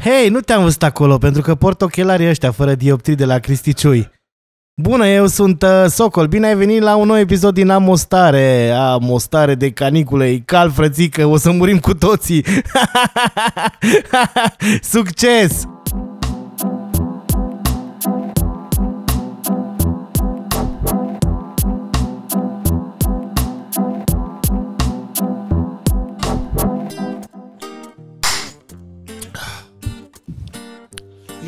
Hei, nu te-am văzut acolo, pentru că port ochelarii ăștia fără dioptrii de la Cristiciui. Bună, eu sunt uh, Socol. Bine ai venit la un nou episod din Amostare. Amostare de canicule. E cal, frățică, o să murim cu toții. Succes!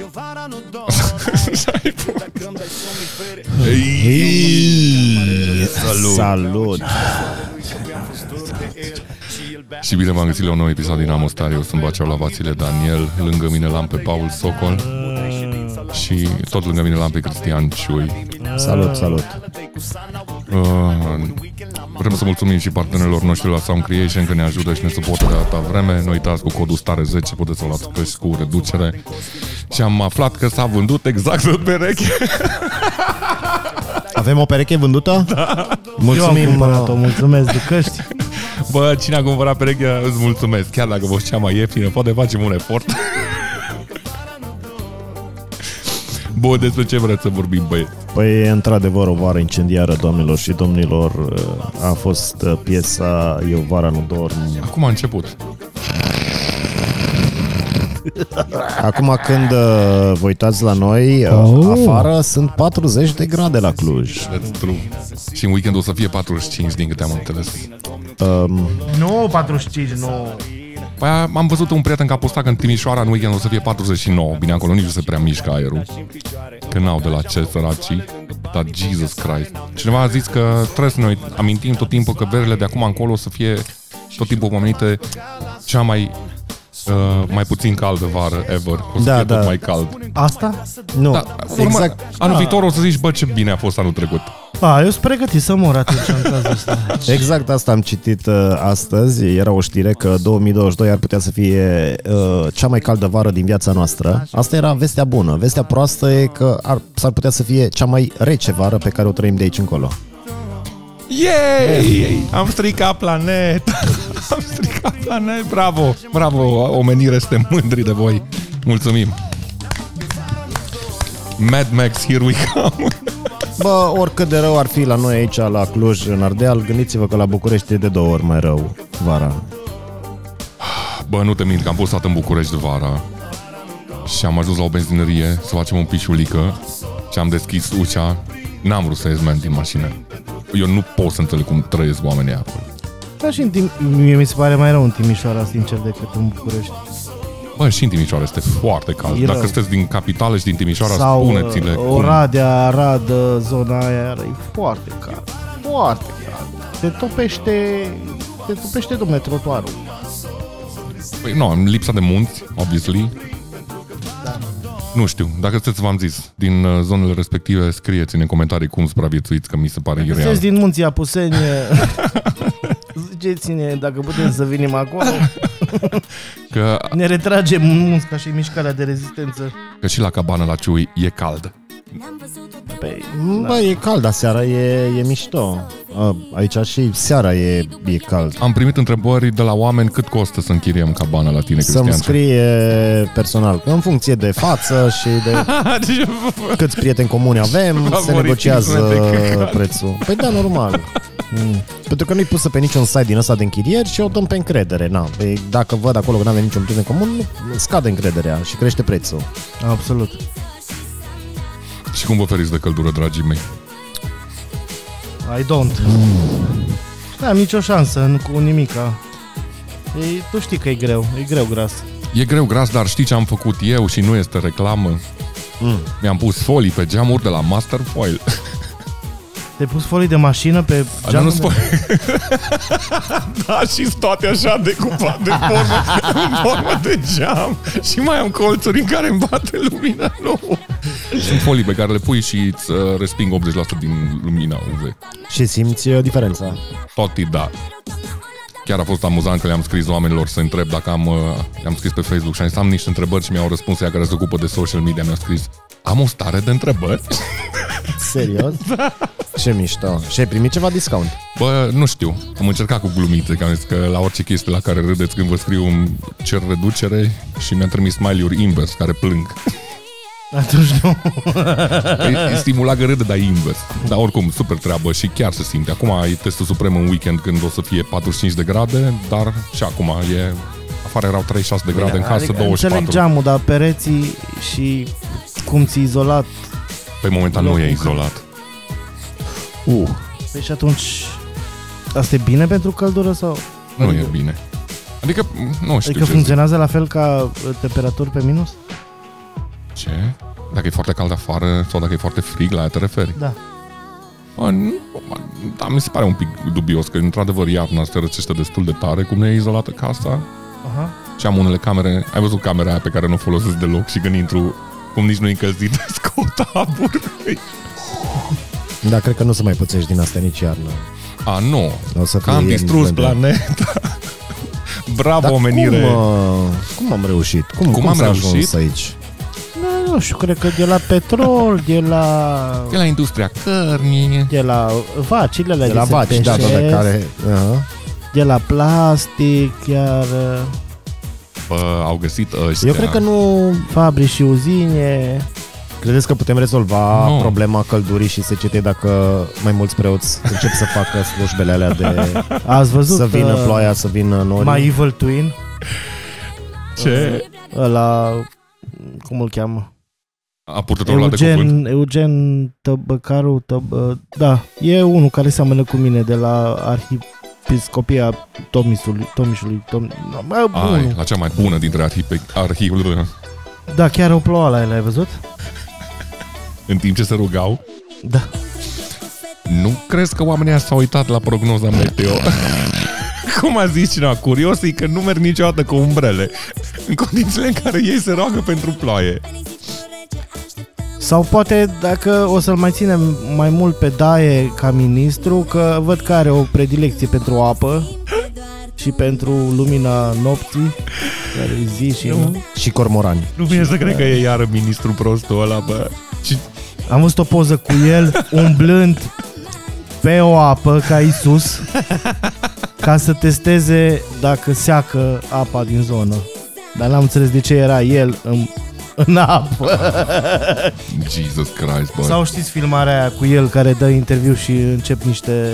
Eu vara nu dor Dacă îmi dai somn fere Salut. Salut! Și bine v-am găsit la un nou episod din Amostare. Eu sunt Baceau la Vațile Daniel, lângă mine l-am pe Paul Socol și tot lângă mine l-am pe Cristian Ciui. Salut, salut! Uh, vrem să mulțumim și partenerilor noștri la Sound Creation că ne ajută și ne suportă de atâta vreme. Nu uitați cu codul STARE10 puteți să o luați căști cu reducere. Și am aflat că s-a vândut exact o pereche. Avem o pereche vândută? Da. Eu am Mulțumim. Păi, cumpărat-o, mulțumesc de căști. Bă, cine a cumpărat perechea, îți mulțumesc. Chiar dacă vă cea mai ieftină, poate facem un efort. Bun, despre ce vreți să vorbim, băieți? Păi, într-adevăr, o vară incendiară, doamnelor și domnilor, a fost uh, piesa Eu vara nu dorm. Acum a început. Acum când uh, vă uitați la noi, oh. afară sunt 40 de grade la Cluj. That's true. Și în weekend o să fie 45, din câte am înțeles. Nu, 45, nu. Păi am văzut un prieten că a postat că în Timișoara în weekend o să fie 49. Bine, acolo nici nu se prea mișcă aerul. Că n-au de la ce săracii. Dar Jesus Christ. Cineva a zis că trebuie să noi amintim tot timpul că verile de acum încolo o să fie tot timpul pomenite cea mai Uh, mai puțin caldă vară ever. O să Da, fie da. tot mai cald. Asta? Nu, Da, urmă, exact. exact, Anul viitor o să zici, bă, ce bine a fost anul trecut. A, eu sunt pregătit să mor atunci în cazul ăsta. exact asta am citit uh, astăzi. Era o știre că 2022 ar putea să fie uh, cea mai caldă vară din viața noastră. Asta era vestea bună. Vestea proastă e că ar, s-ar putea să fie cea mai rece vară pe care o trăim de aici încolo. Yay! Am stricat planeta! Am stricat planeta! Bravo! Bravo! Omenire, suntem mândri de voi! Mulțumim! Mad Max, here we come! Bă, oricât de rău ar fi la noi aici, la Cluj, în Ardeal, gândiți-vă că la București e de două ori mai rău vara. Bă, nu te mint că am fost stat în București vara și am ajuns la o benzinărie să facem un pișulică și am deschis ușa. N-am vrut să ies man din mașină. Eu nu pot să înțeleg cum trăiesc oamenii acolo. Dar și în timp, mie mi se pare mai rău în Timișoara, sincer, decât în București. Bă, și în Timișoara este foarte cald. E Dacă rău. sunteți din capitală și din Timișoara, Sau spuneți-le uh, cum. Oradea, Arad, uh, zona aia, iară, e foarte cald. Foarte cald. Te topește, te topește, domne, trotuarul. Păi nu, am lipsa de munți, obviously. Da. Nu știu, dacă sunteți, v-am zis, din uh, zonele respective, scrieți-ne în comentarii cum supraviețuiți, că mi se pare ireal. Sunteți din munții Apuseni, uh, ziceți-ne dacă putem să venim acolo. Că, Ne retragem în munți ca și mișcarea de rezistență. că și la cabană la Ciui e cald. Păi, Bă, e cald, dar seara e, e mișto. A, Aici și seara e, e cald. Am primit întrebări de la oameni cât costă să închiriem cabana la tine, Cristian. Să-mi scrie personal, în funcție de față și de Deci, câți prieteni comuni avem, se Favoritisme negociază de căcat. prețul. Păi da, normal. Mm. Pentru că nu-i pusă pe niciun site din ăsta de închirieri și o dăm pe încredere. Na, Păi dacă văd acolo că nu avem niciun prieten comun, nu- scade încrederea și crește prețul. absolut. Și cum vă feriți de căldură, dragii mei? I don't. Nu am nicio șansă, nu cu nimica. Ei, tu știi că e greu, e greu gras. E greu gras, dar știi ce am făcut eu și nu este reclamă? Mm. Mi-am pus folii pe geamuri de la Master Foil. Te-ai pus folii de mașină pe Dar geamul nu de- spun... da, și toate așa decupate de formă, în formă de geam și mai am colțuri în care îmi bate lumina nouă. Sunt folii pe care le pui și îți uh, resping 80% din lumina UV. Și simți uh, diferența. Tot da. Chiar a fost amuzant că le-am scris oamenilor să întreb dacă am... Uh, le-am scris pe Facebook și am zis, am niște întrebări și mi-au răspuns ea care se ocupă de social media, mi-au scris am o stare de întrebări Serios? Ce mișto. Și ai primit ceva discount? Bă, nu știu. Am încercat cu glumițe, că am zis că la orice chestie la care râdeți când vă scriu un cer reducere și mi-a trimis smiley-uri invers, care plâng. Atunci nu. E stimulat că râde, dar invers. Dar oricum, super treabă și chiar se simte. Acum e testul suprem în weekend când o să fie 45 de grade, dar și acum e... Afară erau 36 de grade, în casă Adică Înțeleg 24. geamul, dar pereții și cum ți izolat. Pe momentan nu locul e în izolat. Uh. Păi și atunci... Asta e bine pentru căldură sau... Nu e bine. Adică, nu știu Adică ce zic. funcționează la fel ca uh, temperaturi pe minus? Ce? Dacă e foarte cald afară sau dacă e foarte frig, la aia te referi? Da. Bă, nu, bă, da, mi se pare un pic dubios că, într-adevăr, iarna se răcește destul de tare, cum nu e izolată casa. Aha. Și am unele camere, ai văzut camera aia pe care nu o folosesc deloc și când intru, cum nici nu e încălzită, scot abur. Da, cred că nu o să mai pățești din asta nici iarna. A, nu, O să că am fie distrus în- planeta. Bravo, Dar omenire! Cum, uh, cum am reușit? Cum, cum, am s-a ajuns reușit? aici? Da, nu știu, cred că de la petrol, de la... E la industria cărnii. De la vacile alea De la se vaci, da, da, da, peșesc, care... Uh-huh. De la plastic, iar uh, Bă, au găsit ăștia. Eu cred că nu... fabrici și uzine. Credeți că putem rezolva Nu. no. problema căldurii și secetei dacă mai mulți preoți încep să facă slujbele alea de... Ați văzut să vină uh, ploaia, să vină norii? My Evil Twin? Ce? Ăla, cum îl cheamă? A purtătorul ăla de cuvânt. Eugen, Eugen Tăbăcaru, tăbă, da, e unul care seamănă cu mine de la Arhiepiscopia Tomisului, Tomișului, Tom, mă, Ai, bunul. la cea mai bună dintre arhipe, arhivul. Da, chiar o plouă la el, ai văzut? În timp ce se rugau, Da. nu crezi că oamenii ăia s-au uitat la prognoza meteo? Cum a zis cineva, curios e că nu merg niciodată cu umbrele În condițiile în care ei se roagă pentru ploaie Sau poate dacă o să-l mai ținem mai mult pe Daie ca ministru, că văd că are o predilecție pentru apă și pentru lumina nopții, care e zi și nu. Și cormorani. Nu vine să cred că e iară ministru prostul ăla, bă Și Am văzut o poză cu el umblând pe o apă ca Isus ca să testeze dacă seacă apa din zonă. Dar n-am înțeles de ce era el în, în apă. Jesus Christ, bă Sau știți filmarea aia cu el care dă interviu și încep niște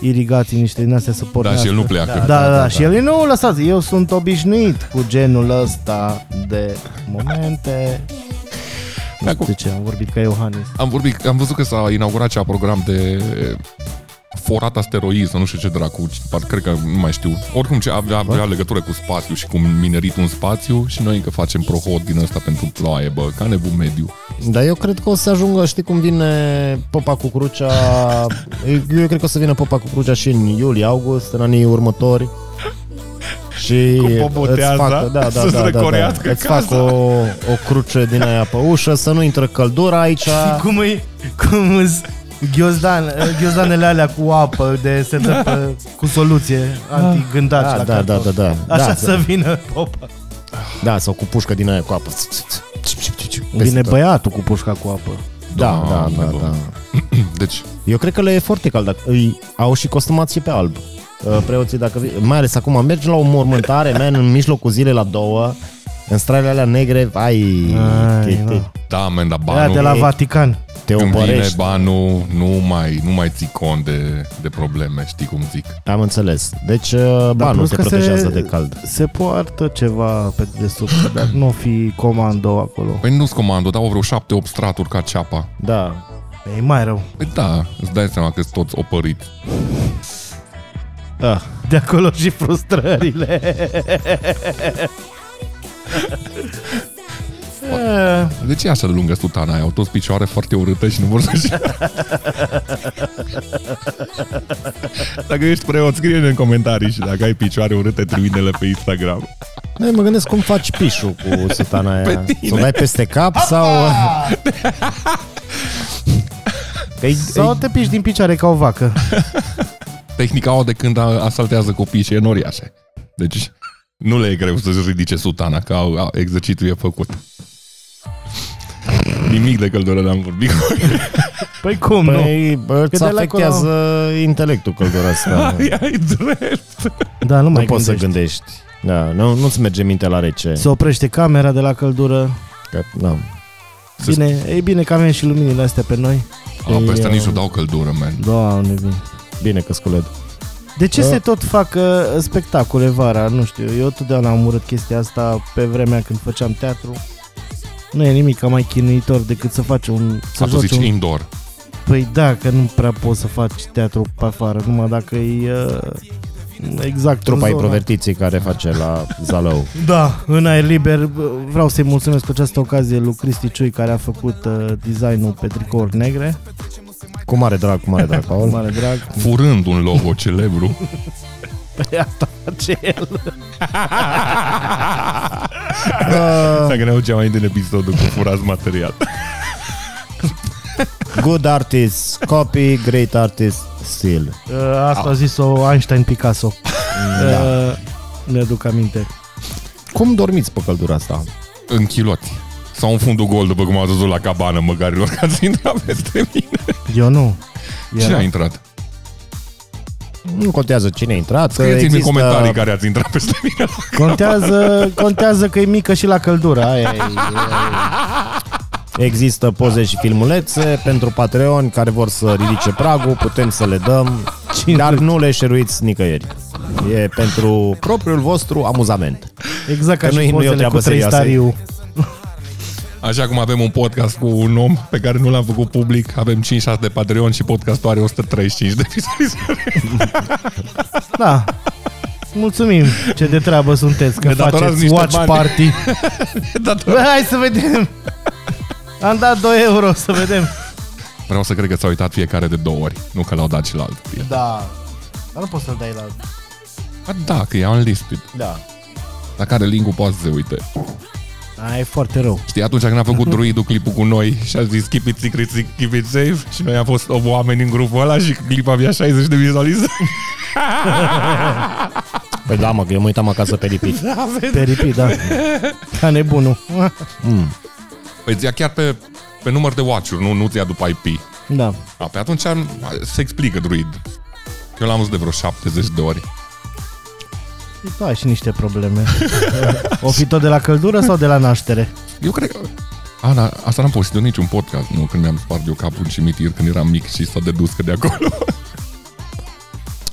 irigații, niște din astea să Da, pornească. și el nu pleacă Da, da, da, și el nu, lăsați, eu sunt obișnuit cu genul ăsta de momente. Nu știu Acum- de ce, am vorbit ca Iohannis. Am vorbit, am văzut că s-a inaugurat cea program de eh, forat asteroid, sau nu știu ce dracu, par- cred că nu mai știu. Oricum ce avea, avea legătură cu spațiu și cu mineritul în spațiu și noi încă facem prohod din ăsta pentru ploaie, bă, ca nebun mediu. Dar eu cred că o să ajungă, știi cum vine popa cu crucea, eu, eu cred că o să vină popa cu crucea și în iulie, august, în anii următori. Și Cu popoteaza îți fac, da, da, să-ți da, da, da, răcorească îți casa. fac o, o cruce din aia pe ușă, să nu intră căldura aici. Cum e, cum îs Da. ghiozdan, eh, ghiozdanele alea cu apă de se dă pe, cu soluție antigândaci Da, la da, da, carton. da, da. Așa da, să vină popa. Da, sau cu pușcă din aia cu apă. Vine băiatul cu pușca cu apă. Da, da, da, Doamne, bă. da. Deci, Eu cred că le e foarte cald. Dacă, îi, au și costumați și pe alb. Uh, Preoții, dacă, vi- mai ales acum, mergi la o mormântare, man, în mijlocul zilei la două, în străile alea negre, ai, Ai, te, te, da. da, men, dar Aia banul, de la Vatican. te când vine opărești. banul, nu mai, nu mai ții cont de, de probleme, știi cum zic. Am înțeles. Deci, uh, banul plus te că se- protejează de cald. Se poartă ceva pe desubt, dar nu o fi comando acolo. Păi nu-s comandă, dau vreo șapte, opt straturi ca ceapa. Da. E mai rău. Păi da, îți dai seama că sunt toți opăriți. Ah. De acolo și frustrările. De ce e așa de lungă sutana aia? Au toți picioare foarte urâte și nu vor să-și... dacă ești preot, scrie-ne în comentarii și dacă ai picioare urâte, trimite-le pe Instagram. Noi mă gândesc cum faci pișul cu sutana aia. Să o dai peste cap sau... Că-i, Sau te piși din picioare ca o vacă. Tehnica o de când a- asaltează copii și e noriașe. Deci nu le e greu să-și ridice sutana, că au, au, exercițiul e făcut. Nimic de căldură n-am vorbit. Păi cum, nu? Păi, bă, îți de la afectează intelectul căldura asta. Ai, ai drept. Da, nu nu mai poți să gândești. gândești. Da, nu, nu-ți merge mintea la rece. Se oprește camera de la căldură. Că, da. Se- Bine, e bine că avem și luminile astea pe noi. A, pe asta Ei, nici nu dau căldură, man. Doamne, bine. Bine că sculet. De ce Da. se tot fac uh, spectacole vara? Nu știu, eu totdeauna am urât chestia asta pe vremea când făceam teatru. Nu e nimic mai chinuitor decât să faci un... Să A, tu joci zici un... indoor. Păi da, că nu prea poți să faci teatru pe afară, numai dacă e uh, exact Trupa în zona. introvertiții care face la Zalău. Da, în aer liber. uh, Vreau să-i mulțumesc cu această ocazie lui Cristi Ciui care a făcut uh, designul pe tricouri negre. Cu mare drag, cu mare drag, Cu Paul. mare drag. Furând un logo celebru. Pe asta face el. Ah. Dacă ne auzea mai din episodul cu furați material. Good artist, copy, great artist, still. Uh, asta a zis-o Einstein Picasso. Da. Ne aduc aminte. Cum dormiți pe căldura asta? În chiloți. Sau în fundul gol, după cum ați văzut la cabană, măgarilor, că ați intrat peste mine. Eu nu. Cine Era- a intrat? Păi Nu contează cine a intrat. că Scrieți-mi în există- Păi comentarii care ați intrat peste mine. Contează, contează că e mică și la căldură. Aia e. Există poze și filmulețe pentru Patreon care vor să ridice pragul, putem să le dăm, dar nu le șeruiți nicăieri. E pentru propriul vostru amuzament. Exact ca Că nu și e- nu e o pozele treabă cu trei serioasă. stariu. Așa cum avem un podcast cu un om pe care nu l-am făcut public, avem 5-6 de Patreon și podcastul are 135 de vizualizări. Da. Mulțumim ce de treabă sunteți că Ne datorați faceți niște watch bani. party. Dator- Bă, hai să vedem. Am dat 2 euro să vedem. Vreau să cred că s-au uitat fiecare de două ori, nu că l-au dat și la alt prieten. Da. Dar nu poți să-l dai la... Ba Da, că e unlisted. Da. Dacă are link-ul, poate să se uite. Aia e foarte rău. Știi, atunci când a făcut druidul clipul cu noi și a zis keep it secret, keep it safe și noi am fost oameni în grupul ăla și clipul avea 60 de vizualizări. Păi da, mă, că eu mă uitam acasă pe lipit. Pe repeat, da. Ca nebunul. Păi îți ia chiar pe, pe număr de watch-uri, nu, nu-ți ia după IP. Da. A, pe atunci am- se explică druid. Eu l-am văzut de vreo 70 de ori. Tu ai și niște probleme. O fi tot de la căldură sau de la naștere? Eu cred că... Ana, asta n-am postit în niciun podcast, nu? Când mi-am spart eu capul în cimitir când eram mic și s-a dedus că de acolo.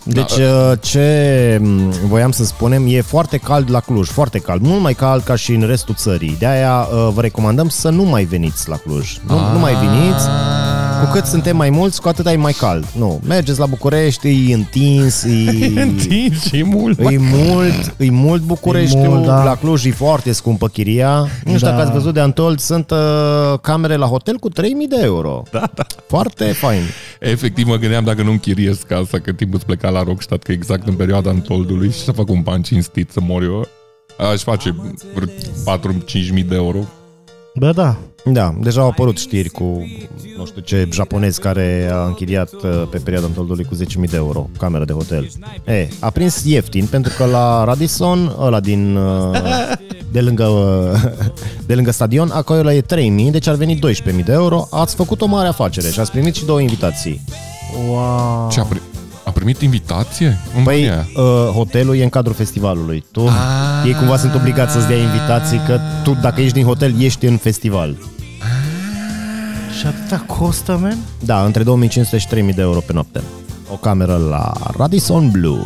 Deci uh, ce mm, voiam să spunem, e foarte cald la Cluj, foarte cald, mult mai cald ca și în restul țării. De aia uh, vă recomandăm să nu mai veniți la Cluj. Nu, nu mai veniți. Cu cât suntem mai mulți, cu atât e mai cald. Nu, mergeți la București, e întins, e și mult. E mult, e mult Bucureștiul, E mult, da. la Cluj e foarte scumpă chiria. Nu știu Da. dacă ați văzut de Antol, sunt uh, camere la hotel cu 3000 de euro. Da, da. Foarte fain. Efectiv, mă gândeam dacă nu închiriez casa, că timpul îți pleca la Rockstad, că exact în perioada întoldului și să fac un ban cinstit să mor eu. Aș face vreo 4-5 mii de euro. Bă, da. Da, deja au apărut știri cu, nu știu ce, japonez care a închiriat uh, pe perioada Antoldului cu 10.000 de euro, cameră de hotel. E, a prins ieftin, pentru că la Radisson, ăla din, uh, de lângă, uh, de lângă stadion, acolo e 3.000, deci ar veni 12.000 de euro, ați făcut o mare afacere și ați primit și două invitații. Wow. Ce a, pri- a primit invitație? În Păi, România? uh, hotelul e în cadrul festivalului. Tu, ei cumva sunt obligați să-ți dea invitații, că tu, dacă ești din hotel, ești în festival. Și atâta costă, man? Da, între 2500 și 3000 de euro pe noapte. O cameră la Radisson Blue.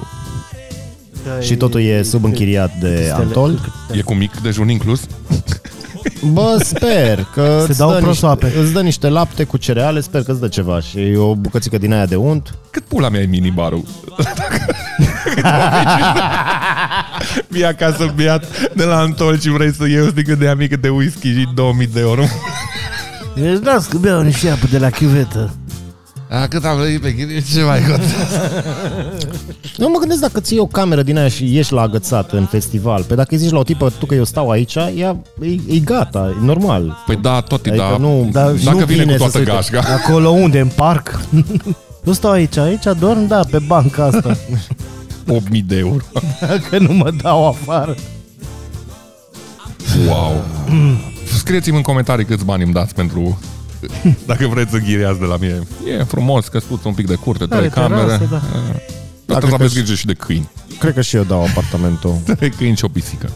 Da, Și totul e sub închiriat de Antol. E cu mic dejun inclus? Bă, sper că îți dau dă, prosoape. niște, îți dă niște lapte cu cereale, sper că îți dă ceva și o bucățică din aia de unt. Cât pula mea e minibarul? Vii acasă biat de la Antol și vrei să iei o sticlă de amică de whisky și 2000 de euro. Deci las că beau niște apă de la chiuvetă. A, cât am venit pe chirie, ce mai contează? Nu mă gândesc dacă ții o cameră din aia și ieși la agățat în festival. Pe dacă îi zici la o tipă, tu că eu stau aici, ea e, e gata, e normal. Păi da, tot e Adică da. nu- dacă dar nu vine vine să cu toată se uite. gașca. Acolo unde? În parc? Eu stau aici, aici dorm, da, pe banca asta. 8000 de euro. Că nu mă dau afară. Mm. Wow. scrieți-mi în comentarii câți bani îmi dați pentru... Dacă vreți să ghiriați de la mine. E frumos, căscuț un pic de curte, Are trei camere. terasă, da. Da. Dar Dacă trebuie să aveți că- grijă și de câini. Cred că și eu dau apartamentul. Trei câini și o pisică.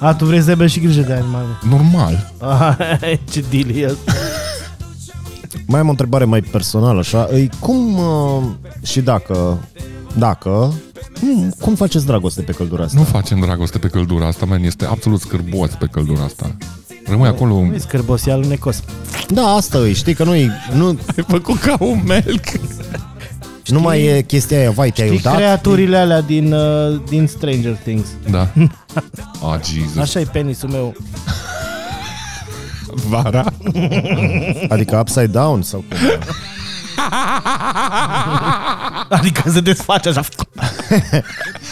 A, tu vrei să aibă și grijă de animale. Normal. Ce deal e ăsta. Mai am o întrebare mai personală, așa. Îi cum uh, și dacă, dacă, cum, cum faceți dragoste pe căldura asta? Nu facem dragoste pe căldura asta, man. Este absolut scârboț pe căldura asta. Rămâi acolo... Nu-i scârbosea lui necos. Da, asta îi, știi că nu-i, nu, Ai făcut ca un melc. nu mai e chestia aia, vai, te-ai Știi iudat? creaturile alea din, uh, din Stranger Things. Da. Ah, Jesus. Așa e penisul meu. Vara. Adică upside down sau cum? Adică se desface așa.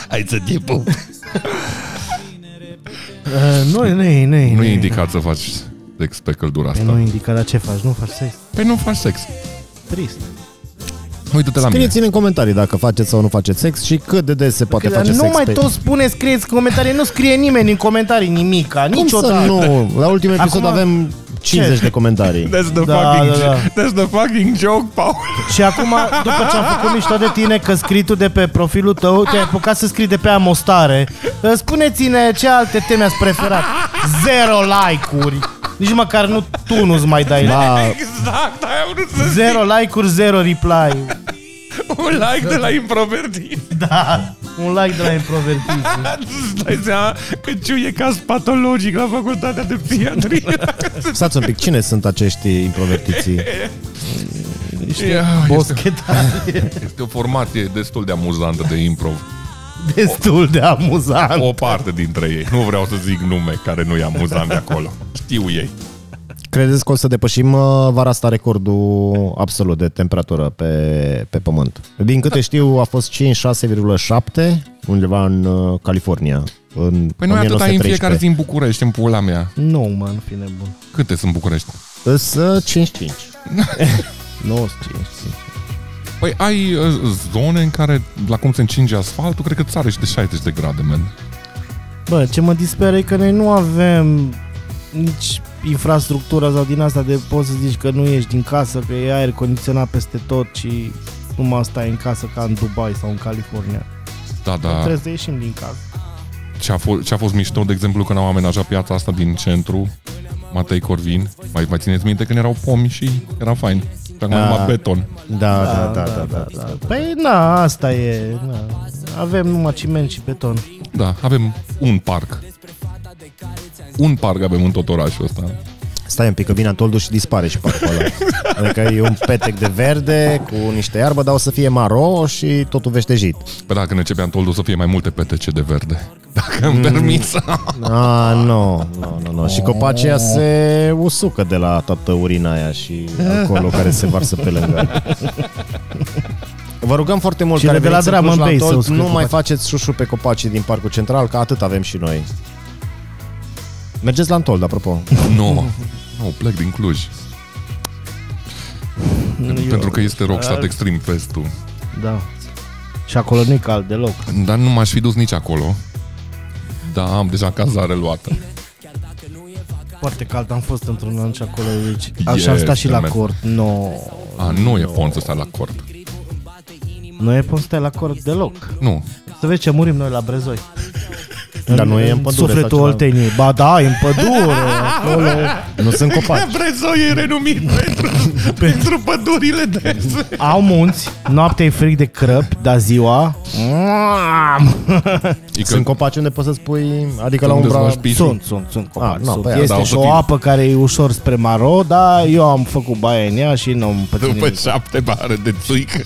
Hai să te pup. Uh, nu, nu, e, nu, e, Nu e. e indicat să faci sex pe căldura Păi asta. Nu e indicat, dar ce faci? Nu faci sex. Păi nu faci sex. Trist. Uită-te la mine. Scrieți-ne în comentarii dacă faceți sau nu faceți sex și cât de des se poate face nu sex mai pe... tot spune, scrieți în comentarii, nu scrie nimeni în comentarii nimica, Cum să niciodată. nu? La ultimul episod Acum- avem 50 de comentarii. That's the, Da, fucking, da, da. that's the fucking joke, Paul. Și acum, după ce am făcut mișto de tine că scrii tu de pe profilul tău, te-ai apucat să scrii de pe amostare, ă, spuneți-ne ce alte teme ați preferat. Zero like-uri. Nici măcar nu tu nu-ți mai dai like. Da, Exact, aia am vrut să Zero like-uri, zero reply. un like de la improvertit. Da, un like de la improvertit. Îți dai seama că Ciu e caz patologic la facultatea de psihiatrie. stați un pic, cine sunt acești introvertiții? este, Boscheta este o formație destul de amuzantă de improv. destul de amuzant. O parte dintre ei. Nu vreau să zic nume care nu e amuzant de acolo. Știu ei. Credeți că o să depășim uh, vara asta recordul absolut de temperatură pe, pe pământ? Din câte știu a fost 5-6,7 undeva în uh, California. În Păi noi atâta în fiecare 1913. zi în București, în pula mea. Nu, mă, nu fi nebun. Câte sunt București? Însă 55. 95. Păi ai uh, zone în care, la cum se încinge asfaltul, cred că ți are și de 60 de grade, man. Bă, ce mă disperă e că noi nu avem nici infrastructura sau din asta de poți să zici că nu ieși din casă, că e aer condiționat peste tot și numai stai în casă ca în Dubai sau în California. Da, da. Trebuie să ieșim din casă. Ce a, fost, ce a fost mișto, de exemplu, când au amenajat piața asta din centru, Matei Corvin, mai, mai țineți minte când erau pomi și era fain. Și acum Da. numai beton. Da, da, da, da, da. da. Păi na, asta e. Na. Avem numai ciment și beton. Da, avem un parc. Un parc avem în tot orașul ăsta. Stai un pic că vine Antoldu și dispare și parcul ăla. Adică e un petec de verde cu niște iarbă, dar o să fie maro și totul veștejit. Pe dacă ne începeam toldul să fie mai multe PTC de verde. Dacă Mm. îmi permiți. Ah, nu, nu, nu, nu. Și copacii aia se usucă de la toată urina aia și acolo care se varsă pe lângă. Vă rugăm foarte mult Și care de la veniți în Dram Cluj, în la Bey Antol, se uscă nu mai copacii. faceți șușu pe copacii din Parcul Central, că atât avem și noi. Mergeți la Antol, apropo. Nu, nu, plec din Cluj. Pentru că este Rockstar Extreme Fest-ul. Da. Și acolo nu-i cald deloc. Dar nu m-aș fi dus nici acolo. Da, am deja cazare luată. Foarte cald, am fost într-un an și acolo aici. Așa am Yes, stat și la man. cort. No. A, nu e fond să stai la cort. Nu e pom să stai la cort deloc. Nu, Să vezi ce murim noi la Brezoi. Dar nu e în pădure. Sufletul sau ceva. Olteniei. Ba da, e în pădure. Acolo. Nu sunt copaci. Brezoi e renumit pentru, pentru pădurile de Au munți, noaptea e fric de crăpi, dar ziua... Sunt copaci unde poți să-ți pui, adică la umbra... Sunt, sunt, sunt copaci. Ah, nu, sunt. păi, este da, o să și o fie. apă care e ușor spre maro, dar eu am făcut baie în ea și nu am pățit După nimic. șapte bare de țuică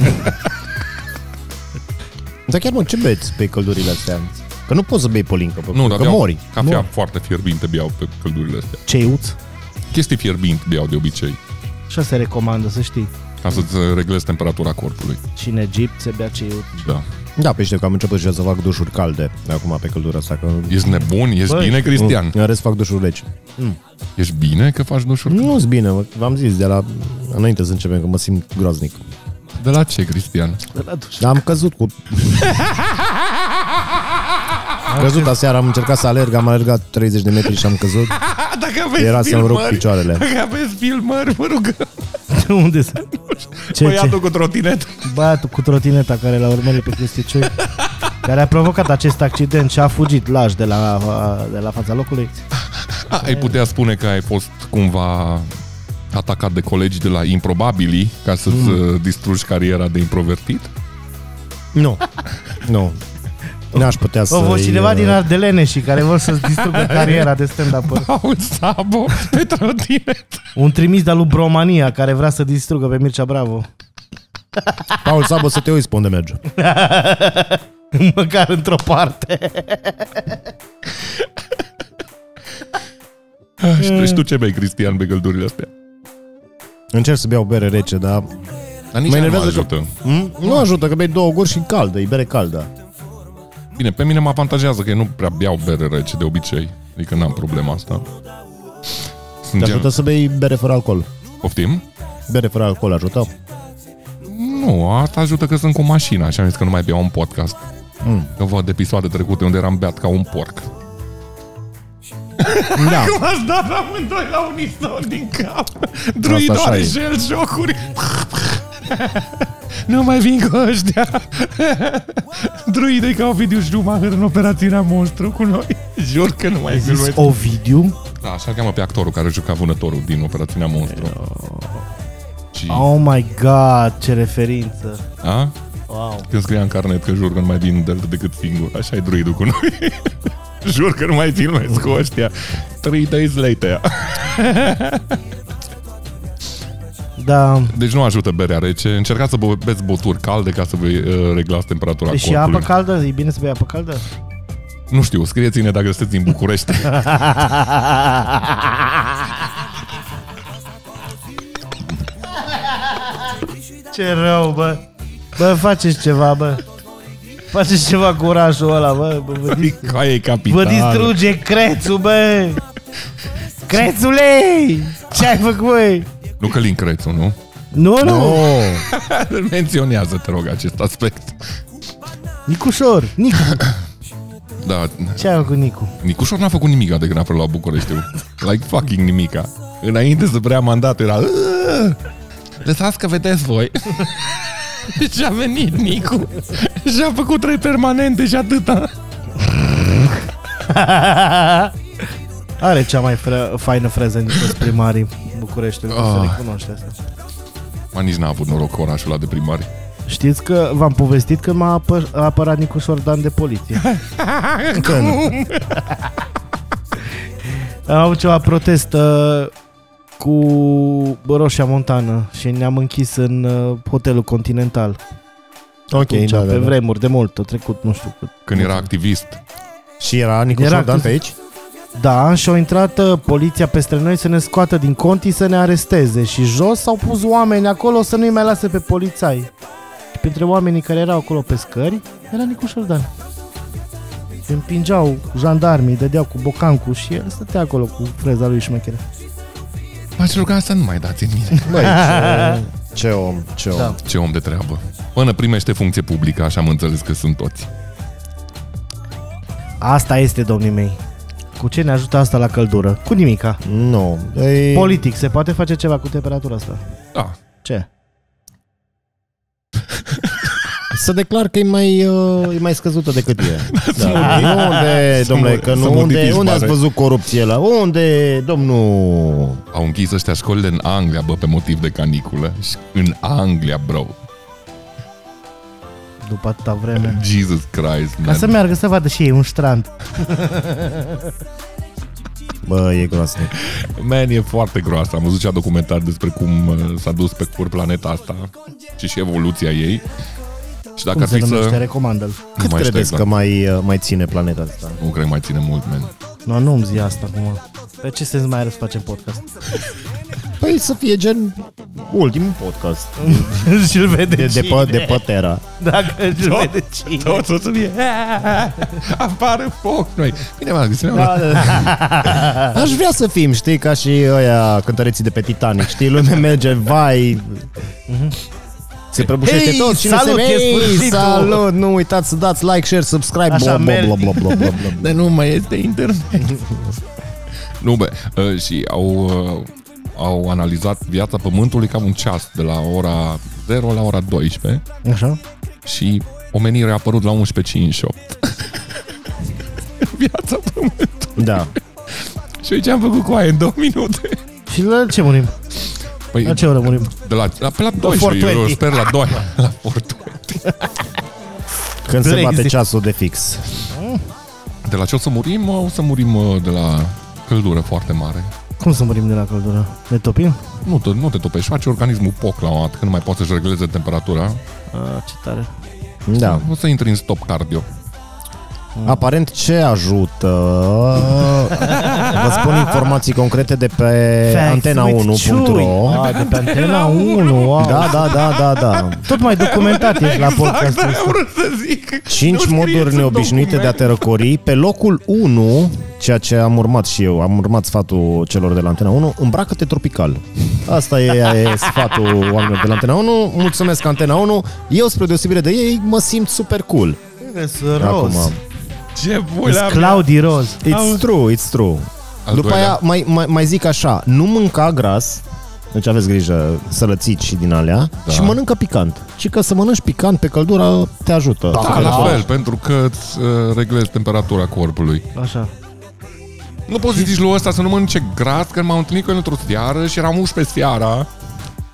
Dar chiar mă, ce beți pe căldurile astea? Că nu poți să bei polincă, bă, Nu, da, dar că beau mori. cafea foarte fierbinte beau pe căldurile astea Ceiuț. Chestii fierbinte beau de obicei Și se recomandă, să știi. Ca să-ți reglezi temperatura corpului Și în Egipt se bea ceiuț. Da Da, pe știu că am început și eu să fac dușuri calde acum pe căldura asta. Că... Ești nebun? Ești Băi. bine, Cristian? În rest fac dușuri reci. Ești bine că faci dușuri? Nu-s bine, mă, v-am zis de la... Înainte să începem, că mă simt groaznic. De la ce, Cristian? Dar am căzut cu... am căzut aseară, am încercat să alerg, am alergat 30 de metri și am căzut. Dar Dacă aveți Era să-mi rup filmări, picioarele. dacă aveți filmări, vă rugăm. Unde să... Ce, Ce, Băiatul ce? cu trotinetă. Băiatul cu trotineta care l-a urmărit pe Cristi Ciui, care a provocat acest accident și a fugit laș de la, de la fața locului. A, ai putea spune că ai fost cumva atacat de colegi de la Improbabili ca să-ți mm. distrugi cariera de introvertit? Nu. Nu. N-aș putea uh, să... O fost cineva din Ardelene și care vor să-ți distrugă cariera de stand-up. Auzi, Sabo, pe trotinetă. Un trimis de-al lui Bromania care vrea să distrugă pe Mircea Bravo. Paul Sabo să te uiți pe unde merge. Măcar într-o parte. Și și tu ce bei, Cristian, pe găldurile astea? Încerc să beau bere rece, dar Dar nici Mă aia nu enervează că- ajută. Mm? Nu ajută, că bei două guri și caldă, e bere caldă. Bine, pe mine mă avantajează că eu nu prea beau bere rece de obicei. Adică n-am problema asta. Sunt Da. Te gen... ajută să bei bere fără alcool. Poftim? Bere fără alcool ajută? Nu, asta ajută că sunt cu mașina și am zis că nu mai beau un podcast. Mm. Că văd episoade trecute unde eram beat ca un porc. Da. V-ați dat amândoi la un istor din cap. așa e. jel, jocuri. nu mai vin cu ăștia. Druidei ca Ovidiu Schumacher în operațiunea monstru cu noi. Jur că nu mai filmez. Ovidiu? Da, așa cheamă pe actorul care juca vânătorul din operațiunea monstru. Și, Oh my god, ce referință. a? Wow. Când scria în carnet că jur că nu mai vin del decât singur. Așa e druidul cu noi. jur că nu mai filmez cu ăștia. Three days later. Da, Deci nu ajută berea rece. Încercați să bă- beți băuturi calde ca să vă uh, reglați temperatura deci și apă corpului. caldă? E bine să bei apă caldă? Nu știu, scrieți-ne dacă sunteți din București. Ce rău, bă. Bă, faceți ceva, bă. Faceți ceva cu orașul ăla, bă. Bă, bă, dis- Ca Adică e bă capital. distruge crețul, bă. Crețule! Ce ai făcut, băi? Nu că Lin Crețu, nu? Nu, nu. Oh, Menționează, te rog, acest aspect. Nicușor, Nicu. Da, Ce ai făcut, Nicu? Nicușor n-a făcut nimica de când a preluat Bucureștiul. Like fucking nimica. Înainte să prea mandatul era... "Aaah, Lăsați că vedeți voi. și a venit Nicu. Și a făcut trei permanente și atâta. Are cea mai fre- faină freză din toți primarii Bucureștiului, oh. să Ah. recunoști asta. Ma nici n-a avut noroc cu orașul ăla de primari. Știți că v-am povestit că m-a apă- a apărat Nicușor Dan de poliție. Cum? Am avut ceva protest uh, cu Roșia Montană și ne-am închis în uh, hotelul Continental. ok, Atunci, da, pe da, da. vremuri de mult, a trecut, nu știu cât. Când era activist. Și era Nicu Era era Șordan cât- pe aici? Da, și au intrat uh, poliția peste noi să ne scoată din conti să ne aresteze și jos s-au pus oameni acolo să nu-i mai lase pe polițai. Și printre oamenii care erau acolo pe scări era Nicu Șordan. Se împingeau jandarmii, dădeau cu bocancul și el stătea acolo cu freza lui șmecheră. M-aș ruga să nu mai dați în mine. Băi, ce, ce om, ce om. Da. Ce om de treabă. Până primește funcție publică, așa am înțeles că sunt toți. Asta este, domnii mei. Cu ce ne ajută asta la căldură? Cu nimica. Nu. E... Politic, se poate face ceva cu temperatura asta? Da. Ce? Să declar că e mai, uh, e mai scăzută decât e. Da. Nu unde, domnule, că să nu, mă unde, ridici unde ați mare. văzut corupție la? Unde, domnul? Au închis ăștia școlile în Anglia, bă, pe motiv de caniculă. Și În Anglia, bro. După atâta vreme. Jesus Christ, Ca man. să meargă să vadă și ei un strand. Bă, e groasnic. Man, e foarte groasă. Am văzut cea documentar despre cum uh, s-a dus pe cur planeta asta și și evoluția ei. Și dacă Cum ar se fi să... numește? Recomandă-l. Nu Cât mai știu credeți că exact. mai, uh, mai ține planeta asta? Nu cred că mai ține mult, man. Nu, nu-mi zi asta acum. Pe ce sens mai are să facem podcast? Păi să fie gen ultimul podcast. și-l vede De, de, pe, de pe Terra. Dacă îl vede cine. Tot o să fie... Afară foc noi. Bine, mă, gândeam la- Aș vrea să fim, știi, ca și ăia cântăreții de pe Titanic, știi, lumea merge, vai, se prăbușește Hei, tot, cine salut, se e Hei, sfârșitul! salut, nu uitați să dați like, share, subscribe, Așa bla, bla, merg. bla, bla, bla, bla, bla. Dar nu mai este internet. Nu, bă, uh, și au, uh, au analizat viața Pământului ca un ceas, de la ora 0 la ora 12 Așa? și omenirea a apărut la 11.58. viața Pământului. Da. Și aici am făcut cu aia în două minute. Și la ce murim? Păi, La ce oră murim? de la, la, pe la 12, eu 420. sper la 2. La 420. Când se Crazy. bate ceasul de fix. De la ce o să murim? O să murim uh, de la căldură foarte mare. Cum să murim de la căldură? Ne topim? Nu te, nu te topești, face organismul poc la un moment dat, când nu mai poate să-și regleze temperatura. Ah, ce tare. Da. O să intri în stop cardio. Aparent ce ajută? Vă spun informații concrete de pe Facts with antena1.ro. Ciui. Ah, de pe Antena 1, wow. Exact, Da, da, da, da, da. Tot mai documentat ești la podcastul ăsta. vrut să zic. 5 moduri neobișnuite de a te răcori. Pe locul 1, ceea ce am urmat și eu, am urmat sfatul celor de la Antena 1, îmbracă-te tropical. Asta e, e sfatul oamenilor de la Antena 1. Mulțumesc Antena 1. Eu, spre deosebire de ei, mă simt super cool. Sunt roz. Acum. Ce Sunt bulea Claudi Roz. It's true, it's true. Al După doilea. aia mai, mai, mai zic așa, nu mânca gras, deci aveți grijă sălățiți și din alea, Da. da. și mănâncă picant. Și că să mănânci picant pe căldură te ajută. Da, la fel, pentru că îți uh, reglezi temperatura corpului. Așa. Nu poți să zici lui ăsta să nu mănânce gras, că m-am întâlnit cu el într-o seară și eram 11 seara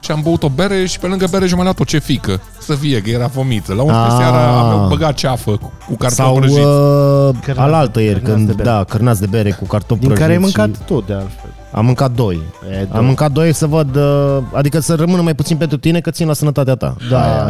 și am băut o bere și pe lângă bere și mai luat o cefică. Să fie, că era fomită. La 11 Ah. seara am băgat ceafă cu, Sau cu cartofi prăjiți. uh, Cârnați- alaltă ieri, cârnați când, de bere. da, cârnați de bere cu cartofi Din care ai prăjiți mâncat Și... tu, de altfel. Am mâncat doi. E, Am mâncat doi să văd, uh, adică să rămână mai puțin pentru tine, că țin la sănătatea ta. Da.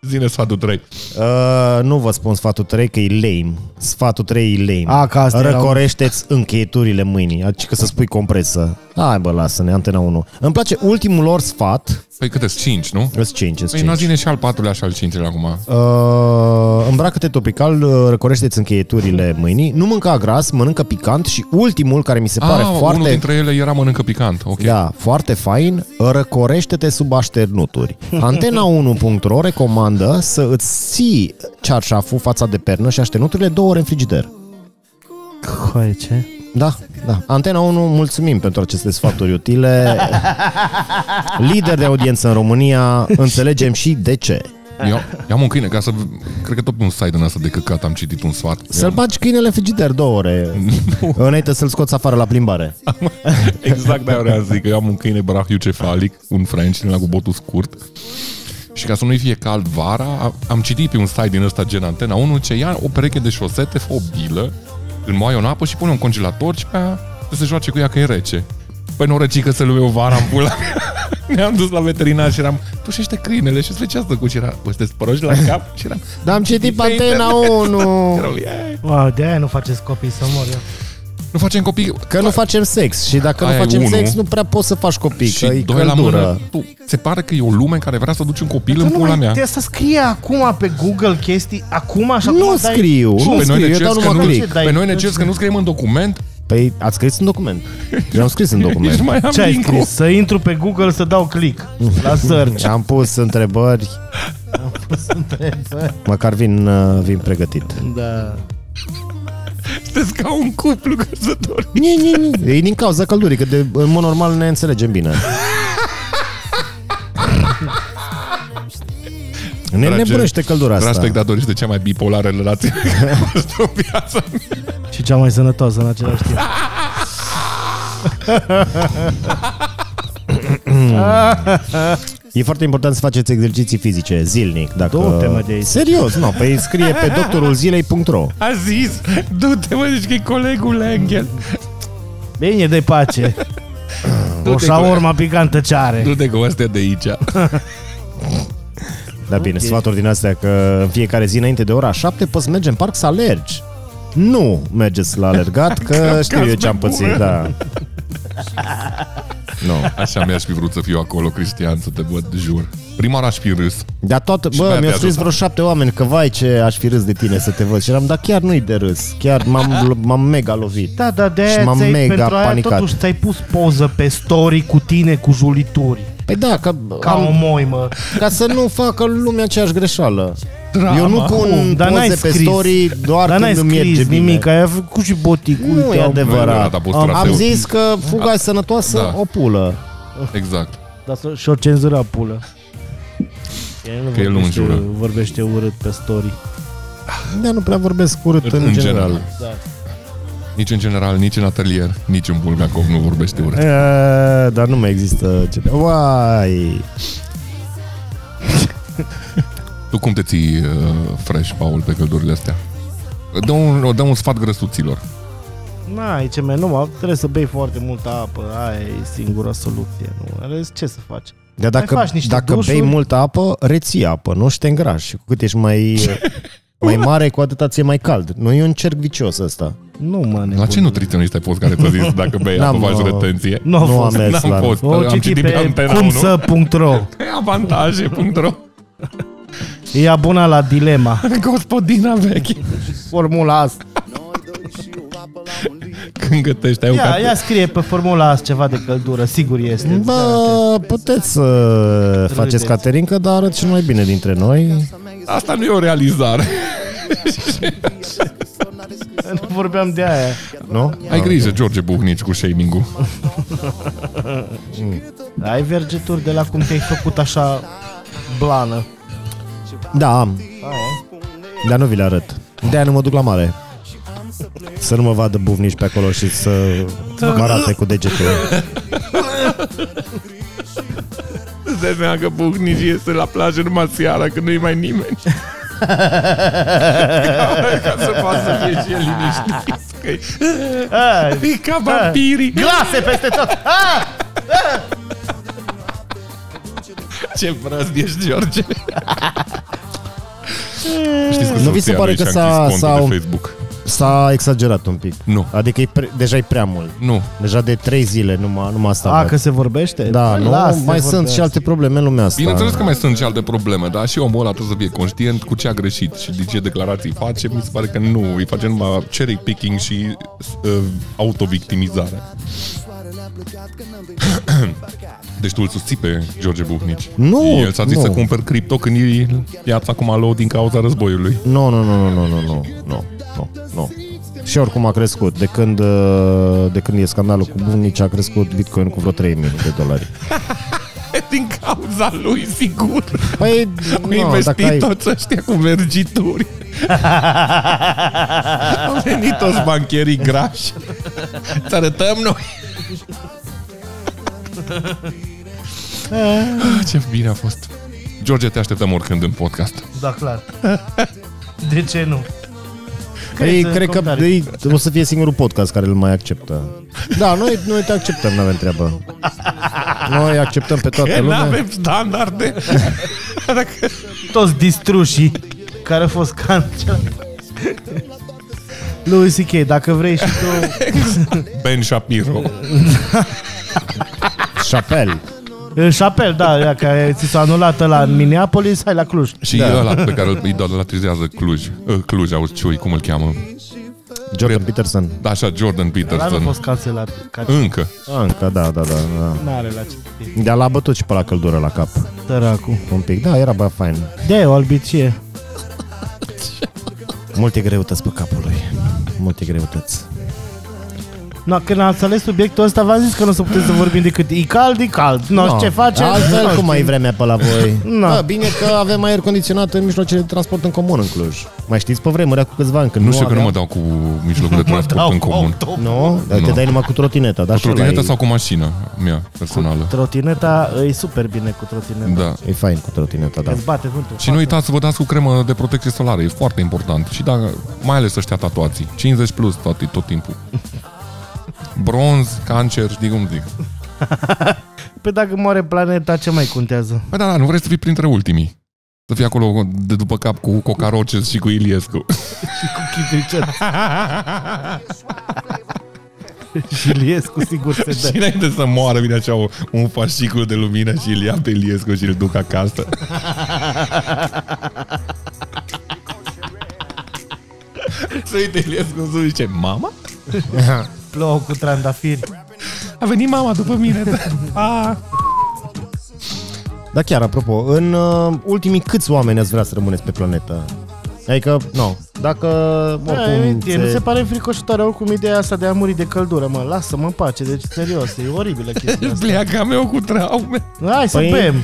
Zine sfatul 3. Uh, nu vă spun sfatul 3 că e lame. Sfatul 3 e lame. A, că asta era un- Răcorește-ți încheieturile mâinii, adică să spui compresă. Hai bă, lasă-ne, antena 1. Îmi place ultimul lor sfat, Păi câte 5, nu? îți 5, îți Păi nu 5. zine și al patrulea și al cincilea acum. Uh, îmbracă-te topical, uh, răcorește-ți încheieturile mâinii, nu mânca gras, mănâncă picant și ultimul care mi se pare Ah, foarte... unul dintre ele era mănâncă picant. Ok. Da, foarte fain, răcorește-te sub așternuturi. Antena1.ro recomandă să îți ții cearșaful, fața de pernă și așternuturile două ore în frigider. Coaie, ce? Da, da. Antena 1, mulțumim pentru aceste sfaturi utile. Lider de audiență în România, înțelegem și de ce. Eu, eu am un câine ca să... Cred că tot pe un site în asta de căcat am citit un sfat. Să-l bagi câinele în frigider două ore, înainte să-l scoți afară la plimbare. Exact de-aia vreau să zic că eu am un câine brachiocefalic, un french, din la cu botul scurt. Și ca să nu-i fie cald vara, a- am citit pe un site din ăsta gen antena 1 ce ia o pereche de șosete, fă o bilă, înmoaie-o în apă și pune-o în congelator și pe aia să se joace cu ea că e rece. Păi nu răci că să lui o vara în pula mea. Ne-am dus la veterinar și eram Tu și ăștia câinele și se ceasă cu și era Ăștia spăroși la cap și eram Dar am citit pe Antena 1! erau, "Ei, Wow, de aia nu faceți copii să mor eu. Nu facem copii Că nu facem sex și dacă Aia nu e facem unu. sex nu prea poți să faci copii, Păi că e Și doi la căldură. mână tu, Se pare că e o lume care vrea să duce un copil în Dar Păi nu pula mai- mea de Asta scrie acum pe Google chestii, acum așa Nu cum dai- scriu, Cum? nu Pe noi scriu, ne eu dau cerți că numai nu, click. pe noi ne cerți că nu scriem în document Păi ați scris în document. Eu am scris în Nici document. mai am Ce ai link-ul. scris? Să intru pe Google să dau click la search. Și am pus întrebări, măcar vin, uh, vin pregătit. da. Sunteți ca un cuplu căsătorit Nie, nie, nie. E din cauza căldurii, că de, în mod normal ne înțelegem bine. Ne Dragi- nebunește căldura Dragi asta. spectatori, este cea mai bipolară relație care am văzut în viața mea. Și cea mai sănătoasă în același timp. E foarte important să faceți exerciții fizice zilnic. Dacă... Două teme de aici. Serios, nu, pe scrie pe doctorulzilei.ro A zis, du-te mă, zici că e colegul Engel. Bine, de pace. O Du-te, șaorma picantă ce are. Du-te cu astea de aici. Da bine, okay. sfaturi din astea că în fiecare zi înainte de ora 7 poți merge în parc să alergi. Nu mergeți la alergat, că știu eu ce am pățit, da. Nu. Așa mi-aș fi vrut să fiu acolo, Cristian, să te văd, jur. Prima oară aș fi râs. Dar toată, bă, mi-a mi-au te scris ajutat. vreo șapte oameni că vai ce aș fi râs de tine să te văd. Și eram, dar chiar nu-i de râs. Chiar m-am, m-am mega lovit. Da, da, de Și aia m-am ți-ai, mega pentru aia panicat. totuși ți-ai pus poză pe story cu tine cu julituri. Păi da, că Ca o am, moimă. ca să nu facă lumea aceeași greșeală. drama. Eu nu Cum? pun Dar n-ai poze pe scris. story doar Dar n-ai când îmi merge scris bine. nimic, ai făcut și boticul. Nu uite, e am- adevărat. a pus Am, am traseul. zis că fuga e sănătoasă, Da. o pulă. Exact. Dar să- și-o cenzura pulă. El Că el nu vorbește- înjură. Vorbește urât pe story. Dar Da, nu prea vorbesc urât în, în general. general. Nici în general, nici în atelier, nici în Bulgakov nu vorbește urât. E, dar nu mai există general. Uai! Tu cum te ții uh, fresh, Paul, pe căldurile astea? Dă un, dă un sfat grăsuților. N-ai ce mai, numai trebuie să bei foarte multă apă, aia e singura soluție. Nu? În rest, ce să faci? Dar dacă, faci niște dacă dușuri? bei multă apă, reții apă, nu? Și te îngrași. Și Cu cât ești mai, mai mare, cu atâta ți-e mai cald. Nu e un cerc vicios ăsta. Nu mă nebun. La ce nutriționist ai fost care ți-a zis dacă bei apă, N-am, faci uh, retenție? Nu a nu fost. am mers la... N-am fost. O am citi citit pe pe antena 1. cumsă.ro Avantaje.ro E abona la dilema. Gospodina vechi. Formula asta. Când gătești, ai un Ia, cap- ia scrie pe formula asta ceva de căldură, sigur este. Bă, puteți să faceți caterincă, dar arăt și mai bine dintre noi. Asta nu e o realizare. Nu vorbeam de aia. Nu? Ai Ah, grijă, George Buhnici, cu shaming-ul. Ai vergeturi de la cum te-ai făcut așa blană. Da, am. Dar nu vi le arăt. de nu mă duc la mare. Să nu mă vadă buvnici pe acolo și să mă arate cu degetul. Îți dai seama că Buhnici este la plajă numai seara, că nu-i mai nimeni. ca, ca să poată să fie și el liniștit. că Ai, E ca vampirii. glase peste tot! Ce prost ești, George. Știți că Nu vi se soția pare lui că și-a s-a- închis contul s-au- de Facebook. S-a exagerat un pic. Nu. Adică e pre- deja e prea mult. Nu. Deja de trei zile numai, numai asta. A, văd. că se vorbește? Păi, Da, nu? Lasă, mai sunt vorbesc. și alte probleme în lumea asta. Bineînțeles că mai sunt și alte probleme, dar și omul ăla trebuie să fie conștient cu ce a greșit și de ce declarații face. Mi se pare că nu, îi face numai cherry picking și uh, autovictimizare. Deci tu îl susții pe George Buhnici. Nu, El s-a zis nu. să cumperi cripto când e piața acum low din cauza războiului. Nu, nu, nu, nu, nu, nu, nu, nu, nu, nu. Și oricum a crescut. De când, uh, de când e scandalul cu bunici, a crescut Bitcoin cu vreo 3000 de dolari. Din cauza lui, sigur. Păi, nu, Au dacă investit ai... ai... toți ăștia cu mergituri. Au venit toți bancherii grași. Să arătăm noi. Ah, Ce bine a fost. George, te așteptăm oricând în podcast. Da, clar. De ce nu? Ei, în cred că comentarii. ei, o să fie singurul podcast care îl mai acceptă. Da, noi, noi te acceptăm, nu avem treabă. Noi acceptăm pe toată E, lumea. n-avem standarde. Dacă... Toți distrușii care au fost cancelați. Louis C.K., dacă vrei și tu... Ben Shapiro. Chapel. Șapel, da, ea care ți s-a anulat la în Minneapolis, hai la Cluj. Și da. ăla pe care îl- îi dolatrizează Cluj. Eh, Cluj, auzi, ciui, cum îl cheamă? Jordan Peterson. Da, așa, Jordan Dar nu a Peterson. fost cancelat. Ca... Încă. Ah, Încă, da, da, da. da. N-are la ce să fie. Dar l-a bătut și pe la căldură la cap. Tăracu. Un pic. Da, era bă, fain. De o albicie. Multe greutăți pe capul lui. Multe greutăți. No, când am înțeles subiectul ăsta, v-am zis că nu o să putem să vorbim decât e cald, e cald. Nu știu ce face. Da. Altfel, nu cum ai știu. vremea pe la voi? Nu. Bă, bine că avem aer condiționat în mijloacele de transport în comun în Cluj. Mai știți pe vremuri, acum câțiva ani, când Nu nu, știu că nu aveam... mă dau cu mijlocul de transport în comun. Nu? Dar te Nu. dai numai cu trotineta, dar și ăla Trotineta e- sau cu mașina mea personală. Trotineta, e super bine cu trotineta. Da. E fain cu trotineta, da. Îți bate vântul. Și nu uitați să vă dați cu cremă de protecție solară, e foarte important. Și dacă, mai ales ăștia tatuații, 50 plus tot, tot timpul. Bronz, cancer, știi cum zic. Pe Păi dacă moare planeta, ce mai contează? Păi da, da, nu vrei să fii printre ultimii. Să fii acolo de după cap cu Cocaroces și cu Iliescu. Și Iliescu sigur se și dă. înainte să moară, vine așa o, un fascicul de lumină și îl ia pe Iliescu și îl duc acasă. Să uite Iliescu în sus și zice, mama? Plouă cu trandafiri. A venit mama după mine. A. Dar chiar, apropo, în uh, ultimii câți oameni ați vrea să rămâneți pe planetă? Adică, nu, dacă... Da, oricum e, nu se pare fricoșitoare oricum ideea asta de a muri de căldură, mă. Lasă-mă în pace, deci serios, e oribilă chestia asta. Pleaca meu cu traume. Hai să Păi- bem.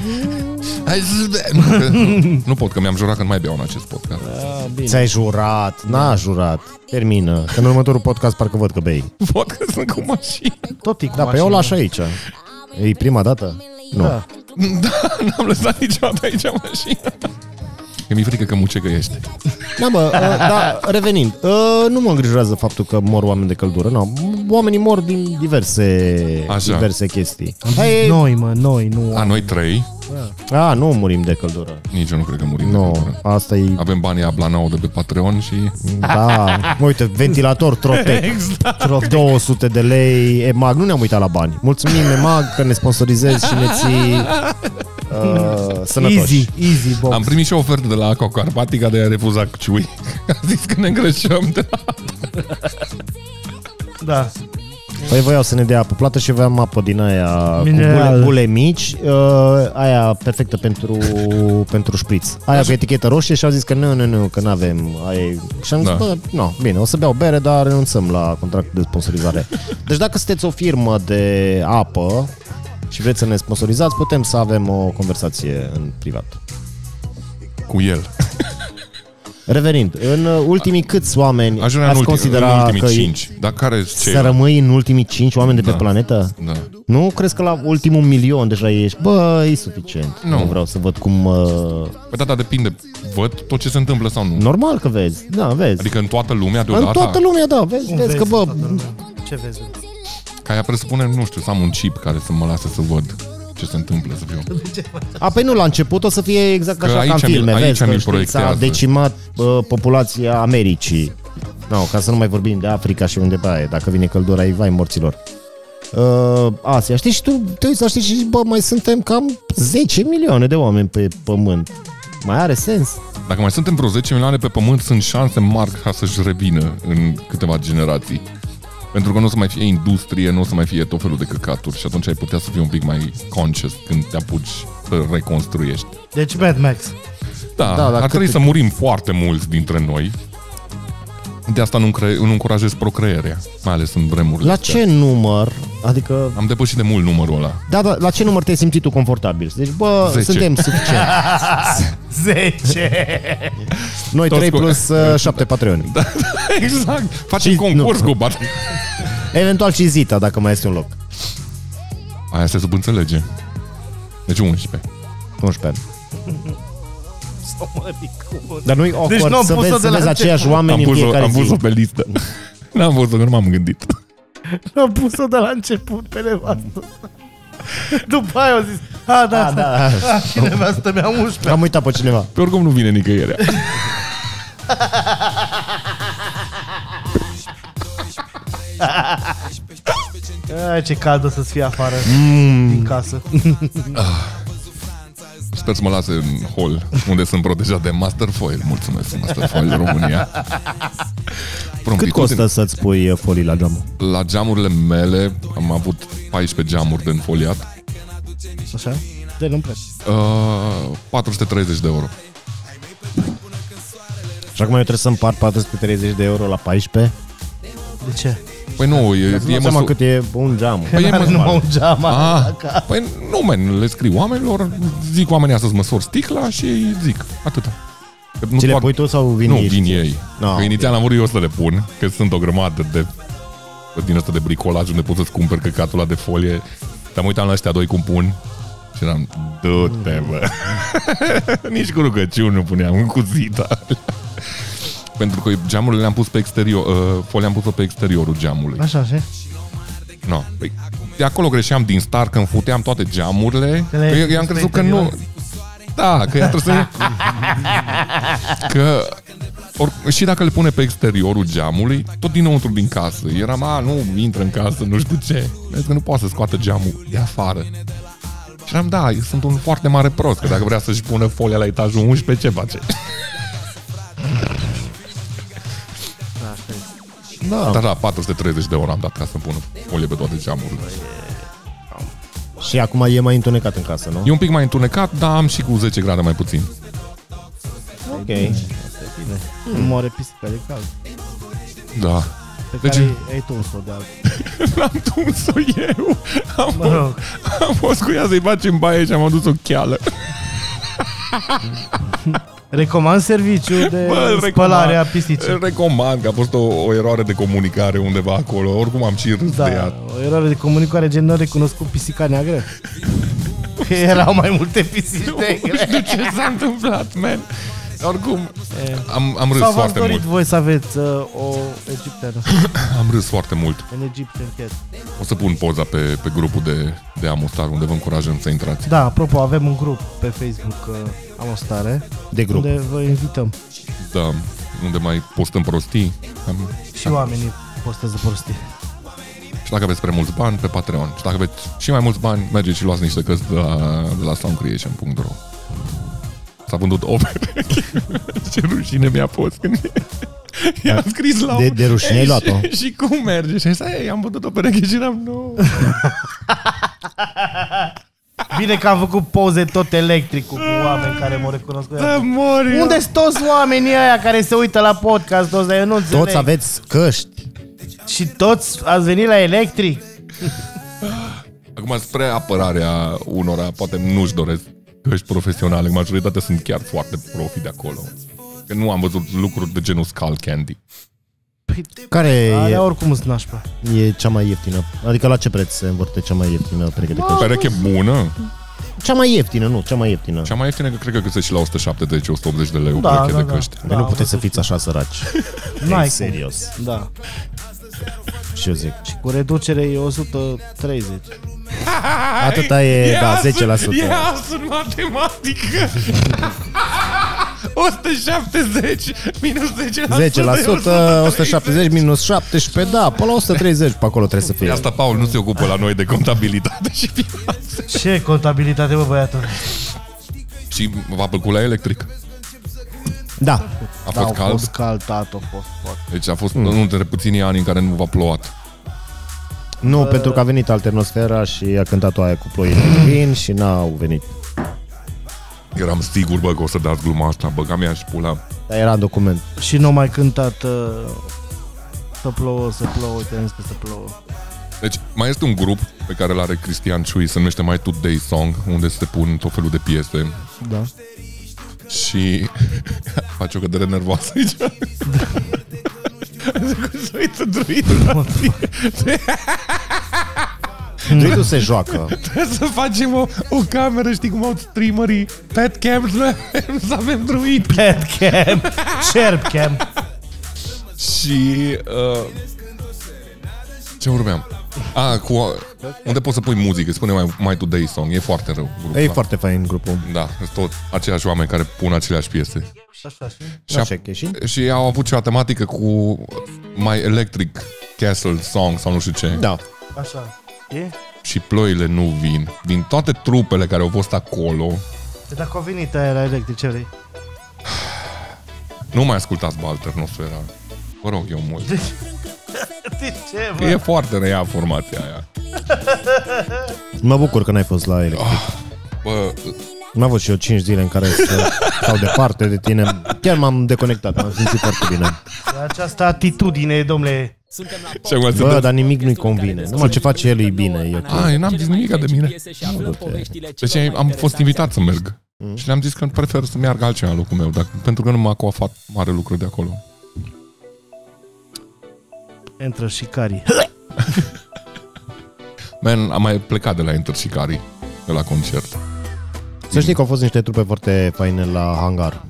Hai să bem. Nu, că- nu, nu pot, că mi-am jurat că nu mai beau în acest podcast. A, bine. Ți-ai jurat, n-a jurat, termină. Că în următorul podcast parcă văd că bei. Pot că sunt cu mașină. Tot e cu Da, pe eu mașina. lași aici. E prima dată? Nu. Da. Da, n-am lăsat niciodată aici mașina. Că mi-e frică că mucegă ești. Da, bă, uh, dar revenind, uh, nu mă îngrijorează faptul că mor oameni de căldură, nu. Oamenii mor din diverse, Așa. diverse chestii. Hai, Noi, mă, noi, nu. A, noi trei, A, nu murim de căldură. nici eu nu cred că murim. de Nu, căldură. asta e... Avem banii la Blanau de pe Patreon și... Da, uite, ventilator Trotec. Exact. 200 de lei, EMAG. Nu ne-am uitat la bani. Mulțumim EMAG că ne sponsorizezi și ne ții uh, sănătoși. Easy, easy, box. Am primit și o ofertă de la Aqua Carpatica de a refuza Ciui. A zis că ne îngrășăm de la... Da. Păi voiau să ne dea apă plată și aveam apă din aia cu Mineral. bule, bule mici, uh, aia perfectă pentru, pentru șpriț. Aia cu etichetă roșie și au zis că nu, nu, nu, că nu avem. Aia... e- Și am zis, Da. da. bă, nu, bine, o să beau bere, dar renunțăm la contractul de sponsorizare. Deci dacă sunteți o firmă de apă și vreți să ne sponsorizați, putem să avem o conversație în privat. Cu el. Revenind, în uh, ultimii câți oameni Ajunge în, ați ultim, în considera ultimii că e- cinci. Dar care să ce? rămâi în ultimii 5 oameni de pe Da. planetă? Da. Nu crezi că la ultimul milion deja ești? Bă, e suficient. Nu. Nu, vreau să văd cum... Uh... Păi da, da, depinde. Văd tot ce se întâmplă sau nu. Normal că vezi. Da, vezi. Adică în toată lumea în deodată? toată lumea, da, vezi, vezi, vezi că, bă, toată lumea? Ce vezi? bă? Ca ea presupune, nu știu, să am un chip care să mă lasă să văd ce se întâmplă, să fiu. a, păi nu, la început o să fie exact Că așa aici ca în mi- filme, aici vezi, mi-l că știi, s-a proiectează. decimat uh, populația Americii. No, ca să nu mai vorbim de Africa și unde baie, dacă vine căldura, ei vai morților. Uh, Asia, știi, și tu te uiți la știi și zici, bă, mai suntem cam 10 milioane de oameni pe pământ. Mai are sens? Dacă mai suntem vreo 10 milioane pe pământ, sunt șanse mari ca să-și revină în câteva generații. Pentru că nu o să mai fie industrie, nu o să mai fie tot felul de căcaturi și atunci ai putea să fii un pic mai conscious când te apuci să reconstruiești. Deci Mad Max. Da, Da, da dar ar cât- trebui să murim foarte mulți dintre noi. De asta nu, cre- nu încurajez procreerea, mai ales în vremurile La astea. ce număr, adică Am depășit de mult numărul ăla. Da, da, la ce număr te-ai simțit tu confortabil? Deci, bă, Zece. suntem suficient. 10. Noi Toți 3 cu- plus uh, 7 patreoni. Da. exact! Facem Și- concurs cu bani. Eventual și Zita, dacă mai este un loc. Aia se subînțelege. Deci 11. 11 Dar nu-i awkward Deci nu am să pus-o vezi, de să la început. vezi aceiași Am oameni în pus-o, fiecare am pus-o zi. pe listă. N-am văzut că nu m-am gândit. Am pus-o de la început pe nevastă. După aia au zis, a, da, Da, asta da, e nevastă mea 11. am uitat pe cineva. Pe oricum nu vine nicăieri. A, ce cald o să-ți fie afară din casă. Sper să mă lase în hall, unde sunt protejat de Masterfoil. Mulțumesc, Masterfoil România. Cât Promptitudine. costă să-ți pui uh, folii la geam? La geamurile mele am avut 14 geamuri de înfoliat. Așa? De nu plec. Uh, 430 de euro. Și acum eu trebuie să împart 430 de euro la 14. De ce? Păi nu, e, E e mă seama măsu- cât e un geam. Păi e Are măsu- numai un geam Ah, la casă. păi nu, men, le scriu oamenilor, zic oamenii să-ți măsori sticla și îi zic, atâta. Că Nu Ți le doar- pui tu sau vin nu, ei? vin ei. No, că inițial am vrut eu să le pun, că sunt o grămadă de din asta de bricolaj unde poți să-ți cumperi căcatul ăla de folie. Dar mă uitam la ăștia doi cum pun și eram, du-te, bă. Nici cu rugăciuni nu puneam, cu zita. Pentru că geamurile le-am pus pe exterior, uh, folia am pus-o pe exteriorul geamului. Așa, așa. No. Păi, de acolo greșeam din start când futeam toate geamurile. Că le-ai Că eu, eu pus am pe crezut că nu... interior? Da, că ea trebuie să... că... Or, și dacă le pune pe exteriorul geamului, tot dinăuntru din casă. Eram, a, nu intră în casă, nu știu ce. Vezi că nu poate să scoată geamul de afară. Și eram, da, eu sunt un foarte mare prost, că dacă vrea să-și pună folia la etajul 11, ce face? Da, da, 430 de euro am dat ca să-mi pună folie pe toate geamurile. Și acum e mai întunecat în casă, nu? E un pic mai întunecat, dar am și cu 10 grade mai puțin. Ok. Hmm. Moare pisica de cald. Da. Pe Deci- care ai tu o de altfel. L-am tuns-o eu. Am, Mă rog. am fost cu ea să-i facem baie și am adus o cheală. Recomand serviciu de Bă, îl spălare a recomand. pisicii. Îl recomand că a fost o, o eroare de comunicare undeva acolo. Oricum am și râs de ea. Da, o eroare de comunicare gen n-a recunoscut pisica neagră. Că erau mai multe pisici Nu negre. știu ce s-a întâmplat, man. Oricum, am, am râs Eh. Sau v-ați foarte dorit mult. voi să aveți uh, o egipteană Am râs foarte mult. în Egipt în chat. O să pun poza pe, pe grupul de, de Amostar, unde vă încurajăm să intrați. Da, apropo, avem un grup pe Facebook, uh, am o stare, De grup. unde vă invităm. Da, unde mai postăm prostii. Am, Și oamenii postează prostii. și dacă aveți prea mulți bani, pe Patreon. Și dacă aveți și mai mulți bani, mergeți și luați niște cărți de la, de la soundcreation.ro S-a vândut opere. Ce rușine mi-a fost când i-am scris la Da. De, un- de rușine ai luat-o. și, și cum merge? Și asta e, am vândut o pereche și eram nou. Bine că am făcut poze tot electric cu oameni care m-au recunoscut. Să mor eu. Unde sunt toți oamenii ăia care se uită la podcast toți, dar eu nu înțeleg. Toți aveți căști. Și toți ați venit la electric? Acum, spre apărarea unora, poate nu-și doresc căști profesionale. Majoritatea sunt chiar foarte profi de acolo. Că nu am văzut lucruri de genul Skull Candy. Care e, Alea oricum sunt nașpa. e cea mai ieftină? Adică la ce preț se învârte cea mai ieftină pereche de căști? Pereche bună. Cea mai ieftină, nu, cea mai ieftină. Cea mai ieftină că cred că găsești și la 170-180 de lei o Da, pereche da, de da. căști. Dar nu Da, puteți să fiți așa săraci. N-ai Ei, cum. serios. Da. Și eu zic. Cu reducere e 130. Atâta e, da, 10%. sunt matematică. 170 minus 10%, 170 minus 17, da, până la 130 pe acolo trebuie să De fie. asta, Paul, nu se ocupă la noi de contabilitate și finanțe. Ce contabilitate, bă, băiatul? Și va plăcut la electric. Da, A fost A cald. fost Mm. cald, tată, a fost foarte. Deci a fost unul dintre puținii ani în care nu v-a plouat. nu, pentru că a venit alternosfera și a cântat o aia cu ploile vin și n-au venit. Eram sigur, bă, că o să dați gluma asta, băga mea și pula. Dar era în document. Și nu mai cântat uh, să plouă, să plouă, uite, am zis că să plouă. Deci mai este un grup pe care l-are Cristian Ciui, se numește My Today Song, unde se pun tot felul de piese Da. și face o cădere nervoasă aici. Să uită druidul la tine. Nu se joacă. Trebuie să facem o, o cameră, știi cum au streamerii pet cams, să avem druid. Headcam, Sherpcam. Și... Uh, ce urmeam? A, cu, unde poți să pui muzică, spune mai, mai Today Song, e foarte rău. grupul E ăla. foarte fain grupul. Da, sunt tot aceiași oameni care pun aceleași piese. Așa, și Și, a, Așa că și? și au avut și o tematică cu My Electric Castle Song sau nu știu ce. Da. așa. E? Și ploile nu vin. Din toate trupele care au fost acolo, E Dacă a venit aia la electric, ce vrei? nu mai ascultați Balter Nosfera. Vă rog eu mult. De ce, Că E foarte rea formația aia. Mă bucur că n-ai fost la ele. Bă, Am avut și eu 5 zile în care să stau departe de tine. Chiar m-am deconectat, m-am simțit foarte bine. Această atitudine, domnule. și acum se Bă, dă... dar nimic nu-i convine. Numai ce face el e bine. E ok. Ai, n-am zis nimic de mine. Deci Deci am fost invitat să merg. Și le-am zis că prefer să meargă altcineva în locul meu, dacă, pentru că nu m-a coafat mare lucru de acolo. Intră și cari. Man, am mai plecat de la Enter și Cari, de la concert. Să știi că au fost niște trupe foarte faine la hangar.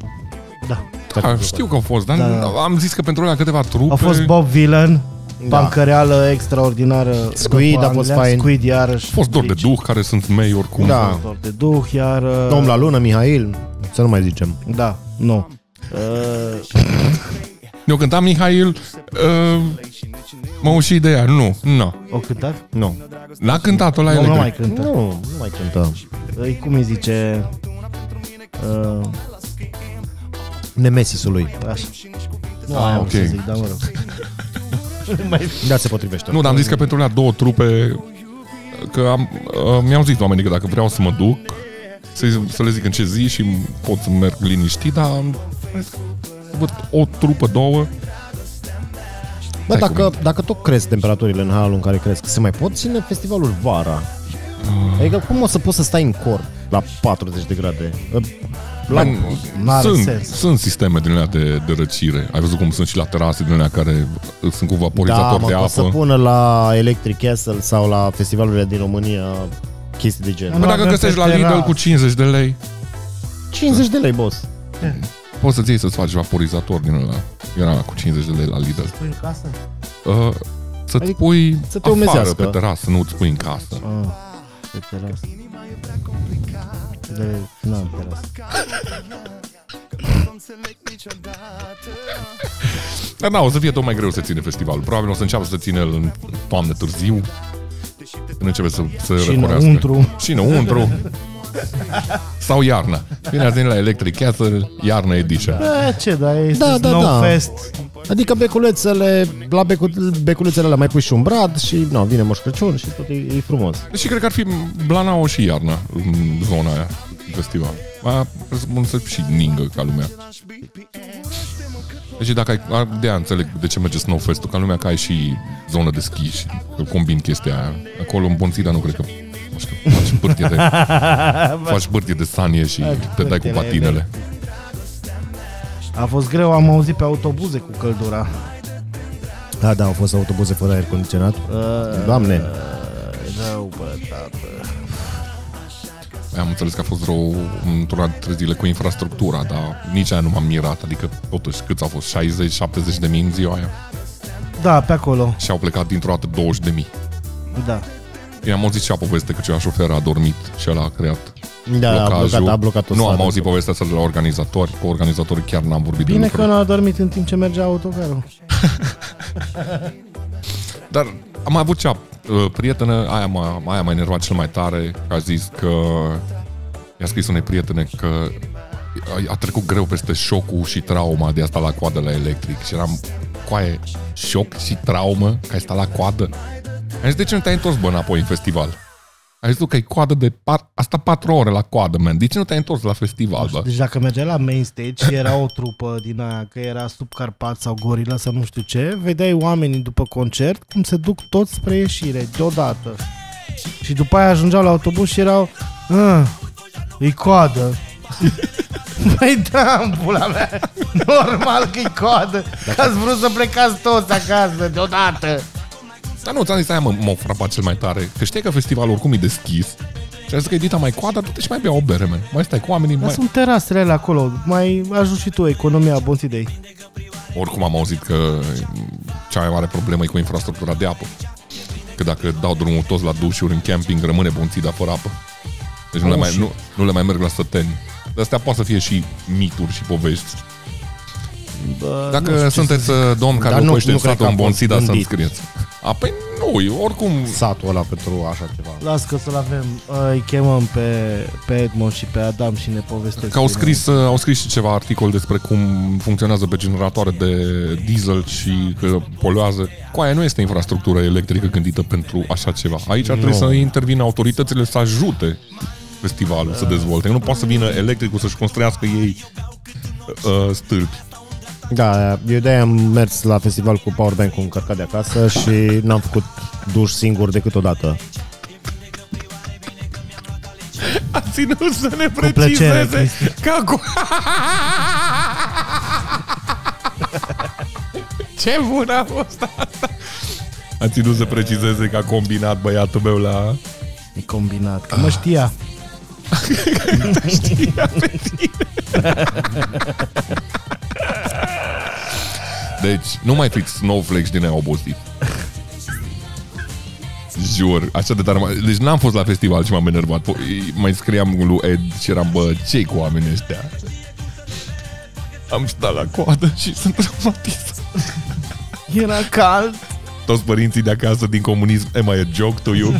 Da. A, știu că au fost, dar da. am zis că pentru ăla câteva trupe... A fost Bob Villain, bancăreală extraordinară. Squid după a fost Anglia. fain. Squid iarăși. A fost dor de duh, care sunt mei oricum. Da. Dor de duh, iar... uh, Om la lună, Mihail, să nu mai zicem. Da, nu. Uh, Eu cântam Mihail, uh, mă uși de ea. Nu, nu. o cântat? Nu. N-a cântat la Nu, nu el. mai cântă. Nu, nu mai cântăm. Îi, cum îi zice... Uh, Nemesisului. așa. Nu ah, am ok. ce să zic, dar mă rog. Da, se potrivește. Nu, dar am zis că pentru alea două trupe că am, uh, mi-au zis oamenii că dacă vreau să mă duc, să, să le zic în ce zi și pot să merg liniștit, dar am- văd o trupă, două, Bă, Stai dacă, dacă tot cresc temperaturile în halul în care cresc, se mai pot ține festivalul vara? Adică cum o să poți să stai în corp la 40 de grade? La, Man, n-are sunt, sens. sunt sisteme din alea de, de răcire. Ai văzut cum sunt și la terase din alea care sunt cu Da, vaporizator mă, de că o să apă. Păi pună la Electric Castle sau la festivalurile din România chestii de genul. Bă, dacă avem găsești pe la Lidl terasă. cu 50 de lei, 50 de lei, boss. poți să-ți iei să-ți faci vaporizator din ăla. Era cu 50 de lei la Lidl. Pui în casă? Uh, să-ți Adică pui să te afară umezească. pe terasă, nu-ți pui în casă. Ah, pe terasă. De, na, pe terasă. Dar da, o să fie tot mai greu să ține festivalul. Probabil o să înceapă să ține el în toamnă târziu. Când începe să, să Și răcorească. înăuntru. Și înăuntru. Sau iarna. Bine ați venit la Electric Castle, iarna edition. Da, ce, da, este da, Da, da, da, da. Fest. Adică beculețele, la becu, beculețele alea mai pui și un brad și na, vine Moș Crăciun și tot e, e frumos. Și cred că ar fi Blanao și iarna în zona aia, în festival. Aia presupun să și ningă ca lumea. Deci dacă ai, ar- de aia înțeleg de ce merge Snowfest-ul, ca lumea că ai și zonă de schi și că combin chestia aia. Acolo în Bonțida nu cred că nu știu, faci bârtie de, faci bârtie de sanie și te dai cu bârtie la patinele. A fost greu, am auzit pe autobuze cu căldura. Da, da, au fost autobuze fără aer condiționat. Doamne, Rău, bă, da. tată. Am înțeles că a fost vreo într-una dintre zile cu infrastructura, dar nici aia nu m-am mirat. Adică, totuși, câți au fost? 60-70 de mii în ziua aia? Da, pe acolo, Și au plecat dintr-o dată 20 de mii. da. Bine, am auzit și a poveste că ceva șofer a dormit și ăla a creat da, a blocajul. blocat, a blocat o Nu am stradă. auzit povestea asta de la organizatori, cu organizatorii chiar n-am vorbit de Bine că lucruri. n-a dormit în timp ce mergea autocarul. Dar am mai avut cea uh, prietenă, aia m-a, aia m-a enervat cel mai tare, că a zis că i-a scris unei prietene că a, a trecut greu peste șocul și trauma de a sta la coadă la electric și eram coaie, șoc și traumă că ai stat la coadă. Am zis, de ce nu te-ai întors, bă, înapoi în festival? Ai zis tu că e coadă de... Par... Asta patru ore la coadă, man. De ce nu te-ai întors la festival, bă? Deci dacă mergeai la main stage, era o trupă din aia, că era subcarpat sau gorila sau nu știu ce, vedeai oamenii după concert cum se duc toți spre ieșire, deodată. Și după aia ajungeau la autobuz și erau, "Ah, e coadă. Păi da, în pula mea, normal că-i coadă, că ați vrut să plecați toți acasă, deodată. Dar nu, ți-am zis, aia mă, m-a frapat cel mai tare. Că știi că festivalul oricum e deschis. Și a zis că e dita mai coada, du-te și mai bea o bere, man. Mai stai cu oamenii, Dar mai... sunt terasele alea acolo, mai ajut și tu economia Bonsidei. Oricum am auzit că cea mai mare problemă e cu infrastructura de apă. Că dacă dau drumul toți la dușuri în camping, rămâne bunțida fără apă. Deci nu le, mai, nu, nu le mai merg la săteni. Dar astea poate să fie și mituri și povești. Bă, Dacă sunteți uh, domn care Dar nu- locuiește nu în cred satul că în a fost Bonțida să-mi gândit. scrieți. A, păi nu, eu oricum... satul ăla pentru așa ceva. Las că să-l avem. Uh, Îi chemăm pe, pe Edmond și pe Adam și ne povestesc. Că au scris, uh, au scris și ceva articol despre cum funcționează pe generatoare de diesel și că poluează. Cu aia nu este infrastructură electrică gândită pentru așa ceva. Aici ar trebui să intervină autoritățile să ajute festivalul să dezvolte. Nu poate să vină electricul să-și construiască ei uh, stâlpi. Da, eu de-aia am mers la festival cu powerbank-ul încărcat de acasă și n-am făcut duș singur decât o dată. A ținut să ne plăcere, precizeze Cristi. că acum... Ce bun a fost asta! A ținut să precizeze că a combinat băiatul meu la... E combinat. Ah. Că mă știa. Deci, nu mai fiți snowflakes din aia obosit. Jur, așa de tare. m-a- Deci n-am fost la festival și m-am enervat. Po- Mai scriam lui Ed și eram, bă, ce cu oamenii ăștia? Am stat la coadă și sunt traumatizat. Era cald. Toți părinții de acasă din comunism, e mai e joke to you?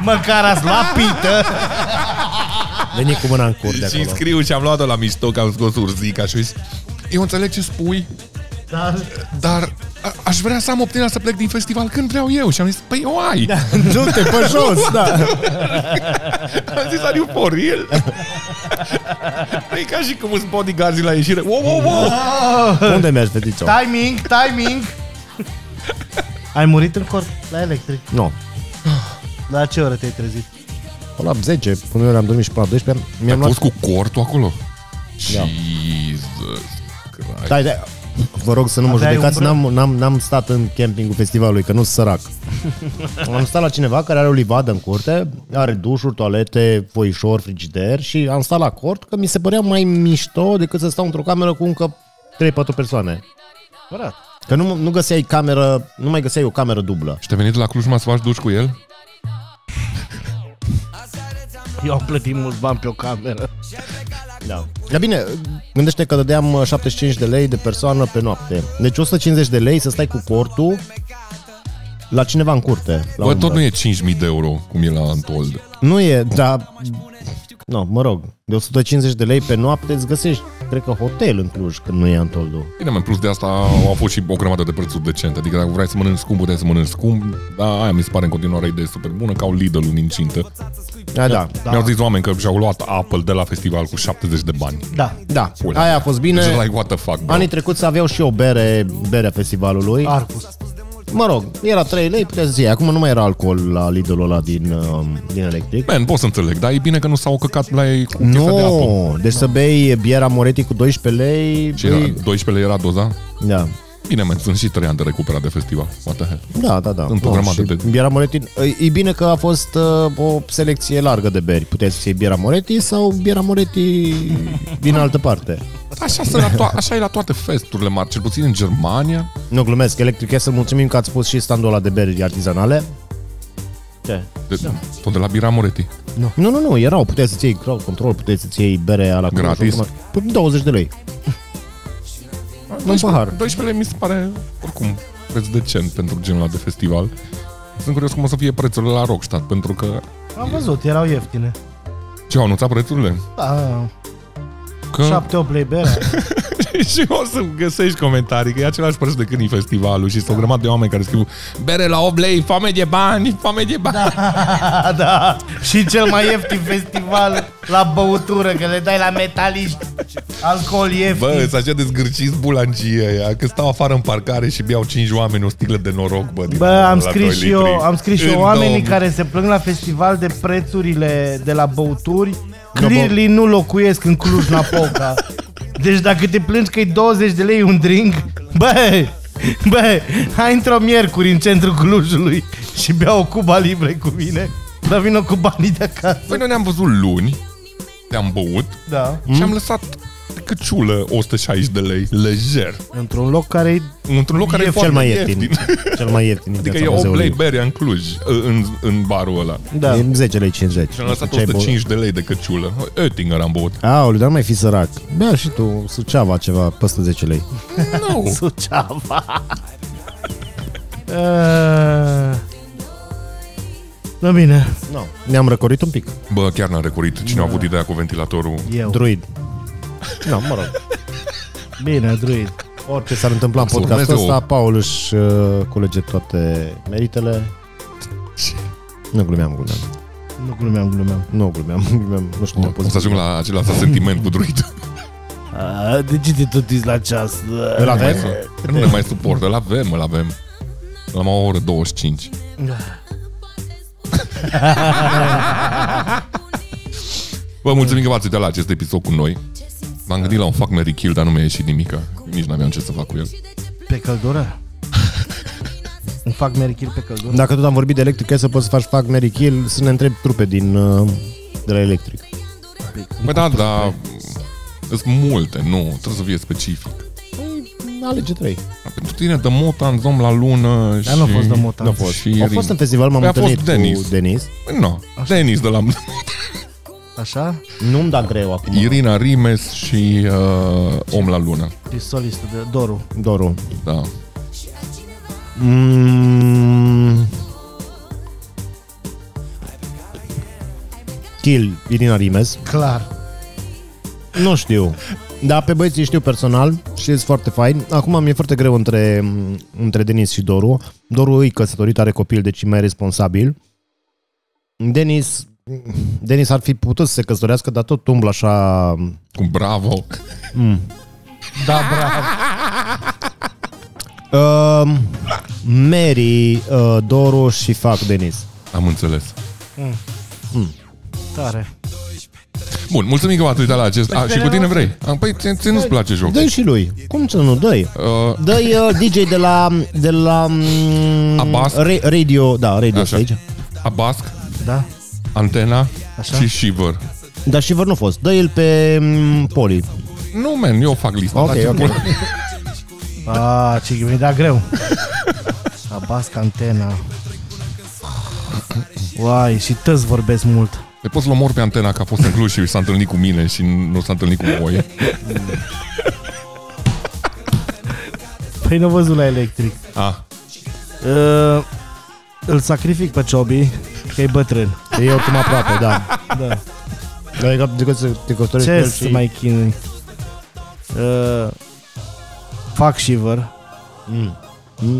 Măcar ați la pită. Veni cu mâna în cur de și acolo. scriu și am luat-o la mișto, că am scos urzica și au zis, eu înțeleg ce spui, Dar dar a- aș vrea să am opțiunea să plec din festival când vreau eu. Și am zis, păi o ai. Da. Du-te pe jos, da. Am zis, are you for real? păi ca și cum sunt bodyguards la ieșire. Wow, wow, wow! Unde mergi, fetițo? Timing, timing. Ai murit în corp la electric. Nu. La ce oră te-ai trezit? Pe la 10, până eu am dormit și pe la 12, mi-am Mi-am luat... fost cu cortul acolo? Da. Jesus Christ. Da, da. Vă rog să nu mă Aveai judecați, umbră? n-am, n-am, n-am stat în campingul festivalului, că nu sunt sărac. am stat la cineva care are o livadă în curte, are dușuri, toalete, foișor, frigider și am stat la cort că mi se părea mai mișto decât să stau într-o cameră cu încă 3-4 persoane. Bărat. Că nu, nu găseai cameră, nu mai găseai o cameră dublă. Și te-ai venit la Cluj, mă, să faci duș cu el? Eu am plătit mulți bani pe o cameră. Da. Dar bine, gândește că dădeam uh, 75 de lei de persoană pe noapte. Deci 150 de lei să stai cu cortul la cineva în curte. La Bă, umbră. tot nu e 5.000 de euro, cum e la Antold. Nu e, dar... Nu, mă rog, de 150 de lei pe noapte îți găsești, cred că, hotel în Cluj, când nu e Antoldu. Bine, mai plus de asta au fost și o grămadă de prețuri decente. Adică dacă vrei să mănânci scump, puteai să mănânci scump, dar aia mi se pare în continuare o idee super bună, ca o lidl în incintă. Da, da, Da. Mi-au zis oameni că și-au luat Apple de la festival cu 70 de bani. Da. da. Pula. Aia a fost Deci bine. like, what the fuck, bro. Anii trecuți aveau și o bere, berea festivalului. Arcus. Mă rog, era 3 lei, puteai să iei. Acum nu mai era alcool la Lidl-ul ăla din, um, din electric. Man, pot să înțeleg, dar e bine că nu s-au căcat la ei cu chestia de Apple. Nu, deci să bei biera Moretti cu 12 lei... Ce era? băi, 12 lei era doza? Da. Bine, man, sunt și 3 ani de recuperat de festival. What the hell? Da, da, da. Sunt o grămadă și de- Biera Moretti, e- e bine că a fost uh, o selecție largă de beri. Puteai să iei Biera Moretti sau Biera Moretti din altă parte. Așa, sunt la to- așa e la toate festurile mari, cel puțin în Germania. Nu glumesc, Electric Castle, mulțumim că ați pus și standul ăla de beri artizanale. Ce? De, tot de la Bira Moretti. Nu. Nu, nu, nu, erau, puteai să-ți iei crowd control, puteai să-ți iei bere la Gratis? 20 de lei. Un pahar. 12 lei mi se pare, oricum, preț decent pentru genul ăla de festival. Sunt curios cum o să fie prețurile la Rockstad, pentru că... Am văzut, erau ieftine. Ce, au anunțat prețurile? Da, Că 7-8 lei bere. și o să găsești comentarii, că e același preț de când e festivalul și sunt o grămadă de oameni care scriu bere la 8 lei, foame de bani, foame de bani. Da. A, da. Și cel mai ieftin festival la băutură, că le dai la metaliști. Alcool Bă, ieftin. sunt așa de zgârciți bulangie ăia, că stau afară în parcare și beau 5 oameni o sticlă de noroc, bă. din Bă, la am doi scris și litri. eu, am scris și În eu oamenii două- care se plâng la festival de prețurile de la băuturi, bă. clearly nu locuiesc în Cluj-Napoca. Deci dacă te plângi că e 20 de lei un drink, bă, bă, hai într-o miercuri în centrul Clujului și bea o cuba libre cu mine. Dar vină cu banii de acasă. Păi noi ne-am văzut luni, ne-am băut Da. mm? și am lăsat căciulă 160 de lei, lejer, Într-un loc care e într-un loc care e E cel foarte mai ieftin. ieftin. Cel mai ieftin din Adică viața e 8 muzeului. lei berea în Cluj, în, în barul ăla. Da. E 10 lei 50. Și am lăsat Ce ai băut? 105 de lei de căciulă. Oettinger am băut. Aoleu, dar nu mai fi sărac. Bea și tu Suceava ceva, peste 10 lei. Nu! Suceava. Ă, Uh, da bine, No. Ne-am răcorit un pic. Bă, chiar n-am recurit. Cine a Da. avut ideea cu ventilatorul? eu. Druid. No, mă rog. bine, druid. Orice s-ar întâmpla în Să podcastul urmeze o- ăsta, Paul își uh, culege toate meritele. Nu glumeam, glumeam. Nu glumeam, glumeam. Nu glumeam, glumeam. Nu știu cum am O pus. să ajung la același sentiment cu druid. A, de ce te tot uiți la ceas? Îl avem? Nu ne mai suport. Îl avem, îl avem. La o oră 25. Vă mulțumim că v-ați uitat la acest episod cu noi. M-am gândit la un fuck Mary Kill, dar nu mi-a ieșit nimica. Nici n-aveam ce să fac cu el. Pe căldură? Îmi fac merchil pe căldură? Dacă tot am vorbit de electric, să poți să faci fac Mary Kill, să ne întrebi trupe din uh, de la electric. Bă, da, da, sunt multe, nu, trebuie să fie specific. Alege trei. Pentru tine, de Motan, Zom la lună și... Dar nu a fost de motan. Nu a fost. Și Au fost în festival, m-am Păi a fost întâlnit Denis. cu Denis. Nu, Denis de la... Așa? Nu-mi da greu acum. Irina Rimes și uh, Om la lună. E solistul de Doru. Doru. Da. Mm. Kill Irina Rimes. Clar. Nu știu. Da, pe băieții știu personal și e foarte fain. Acum mi-e foarte greu între, între Denis și Doru. Doru e căsătorit, are copil, deci e mai responsabil. Denis, Denis ar fi putut să se căsătorească, dar tot umblă așa... Cu bravo. Da, bravo. Uh, Mary, uh, Doru și fac Denis. Am înțeles. Mm. Tare. Bun, mulțumim că m-ați uitat la acest... A, și cu tine vrei? A, Păi, ți, ți nu-ți place jocul. dă și lui. Cum să nu dă Uh, Dă-i uh, DJ de la, de la mm, Abbas? re, radio, da, radio Așa. stage. Abasc, Da? Antena Așa. și Shiver. Dar și vor nu fost. Dă el pe mm, Poli. Nu, man, eu fac lista. Ok, Dați-mi ok. pula. A, ce mi-a dat greu. Abasc antena. Uai, și tăți vorbesc mult. Le pot să-l omor pe antena că a fost în Cluj și s-a întâlnit cu mine și nu s-a întâlnit cu voi. Păi nu văzut la electric. A, Uh, îl sacrific pe Ciobi, că e bătrân. E oricum aproape, da. Da. Dar e ca de să te căsătorești cu Ce el să și... mai chinui? Uh, fac shiver, Mm.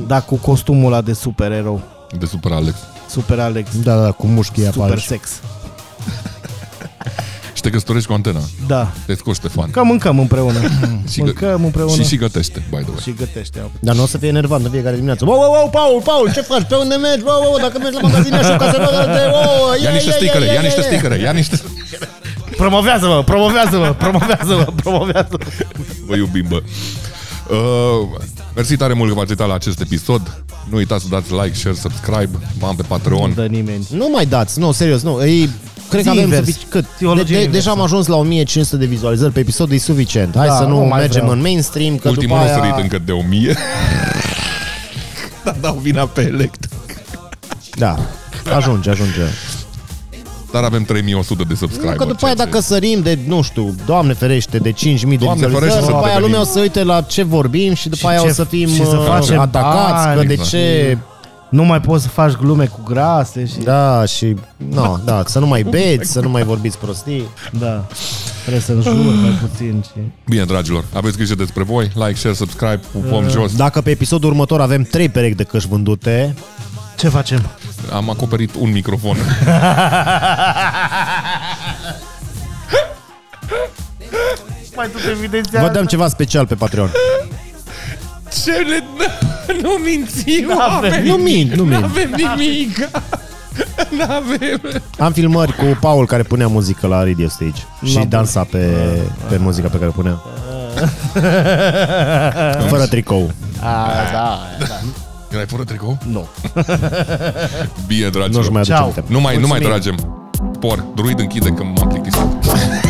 dar cu costumul ăla de supererou. de super Alex. Super Alex, Da, da, cu mușchii super apare. sex. Și te căsătorești cu antena. Da, Te scoți, Ștefan. că mâncăm împreună. Și gă- mâncăm împreună Și și gătește, by the way. și gătește. Dar nu o să fie enervant în fiecare dimineață. Wow, wow, wow, Paul, Paul, ce faci? Pe unde mergi? Wow, wow, dacă mergi la magazin așa, ca să nu te... Wow, ia, Ia niște ia, sticăre, ia, ia niște ia. sticăre, ia niște... Promovează-mă, promovează-mă, promovează-mă, promovează-mă. Vă iubim, bă. Uh, mersi tare mult că v-ați uitat la acest episod. Nu uitați să dați like, share, subscribe. V-am pe Patreon. Nu Da, dă da nimeni. Nu mai dați, nu, serios, nu. Ei, cred că Zi avem invers. suficient. Cât? De, Teologie de, inversă. deja am ajuns la 1500 de vizualizări pe episod, e suficient. Hai Da, să nu, nu mai mergem vreau. în mainstream, că Ultimul după nu sărit aia... încă de 1000. Dar dau vina pe elect. Da, ajunge, ajunge. Dar avem 3100 de Nu, subscriberi. că după aia dacă sărim de, nu știu, doamne ferește, de 5.000 de ferește vizualizări, să după aia devenim. lumea o să uite la ce vorbim și după Și aia ce- o să fim și să uh, facem atacați, că bani. de ce... Nu mai poți să faci glume cu grase și... Da, și... No, da, să nu mai beți, să nu mai vorbiți prostii. Da. Trebuie să înjuri mai puțin și... Bine, dragilor, aveți grijă despre voi. Like, share, subscribe, Uh, pupăm jos. Dacă pe episodul următor avem 3 perechi de căști vândute, Ce facem? da. Am acoperit un microfon. Mai tot evidenția vă dăm ceva special pe Patreon. Ce ne... Nu mințim, oameni! Nu mint, nu mint. avem nimic. N-avem. Am filmări cu Paul care punea muzică la radio stage și dansa pe, pe muzica pe care o punea. Fără tricou. Erai fără tricou? Nu. Bine, dragilor. Nu-și mai aduce Ciao. aminte. Nu mai, nu mai Mulțumim. tragem. Por, druid închide că m-am plictisit.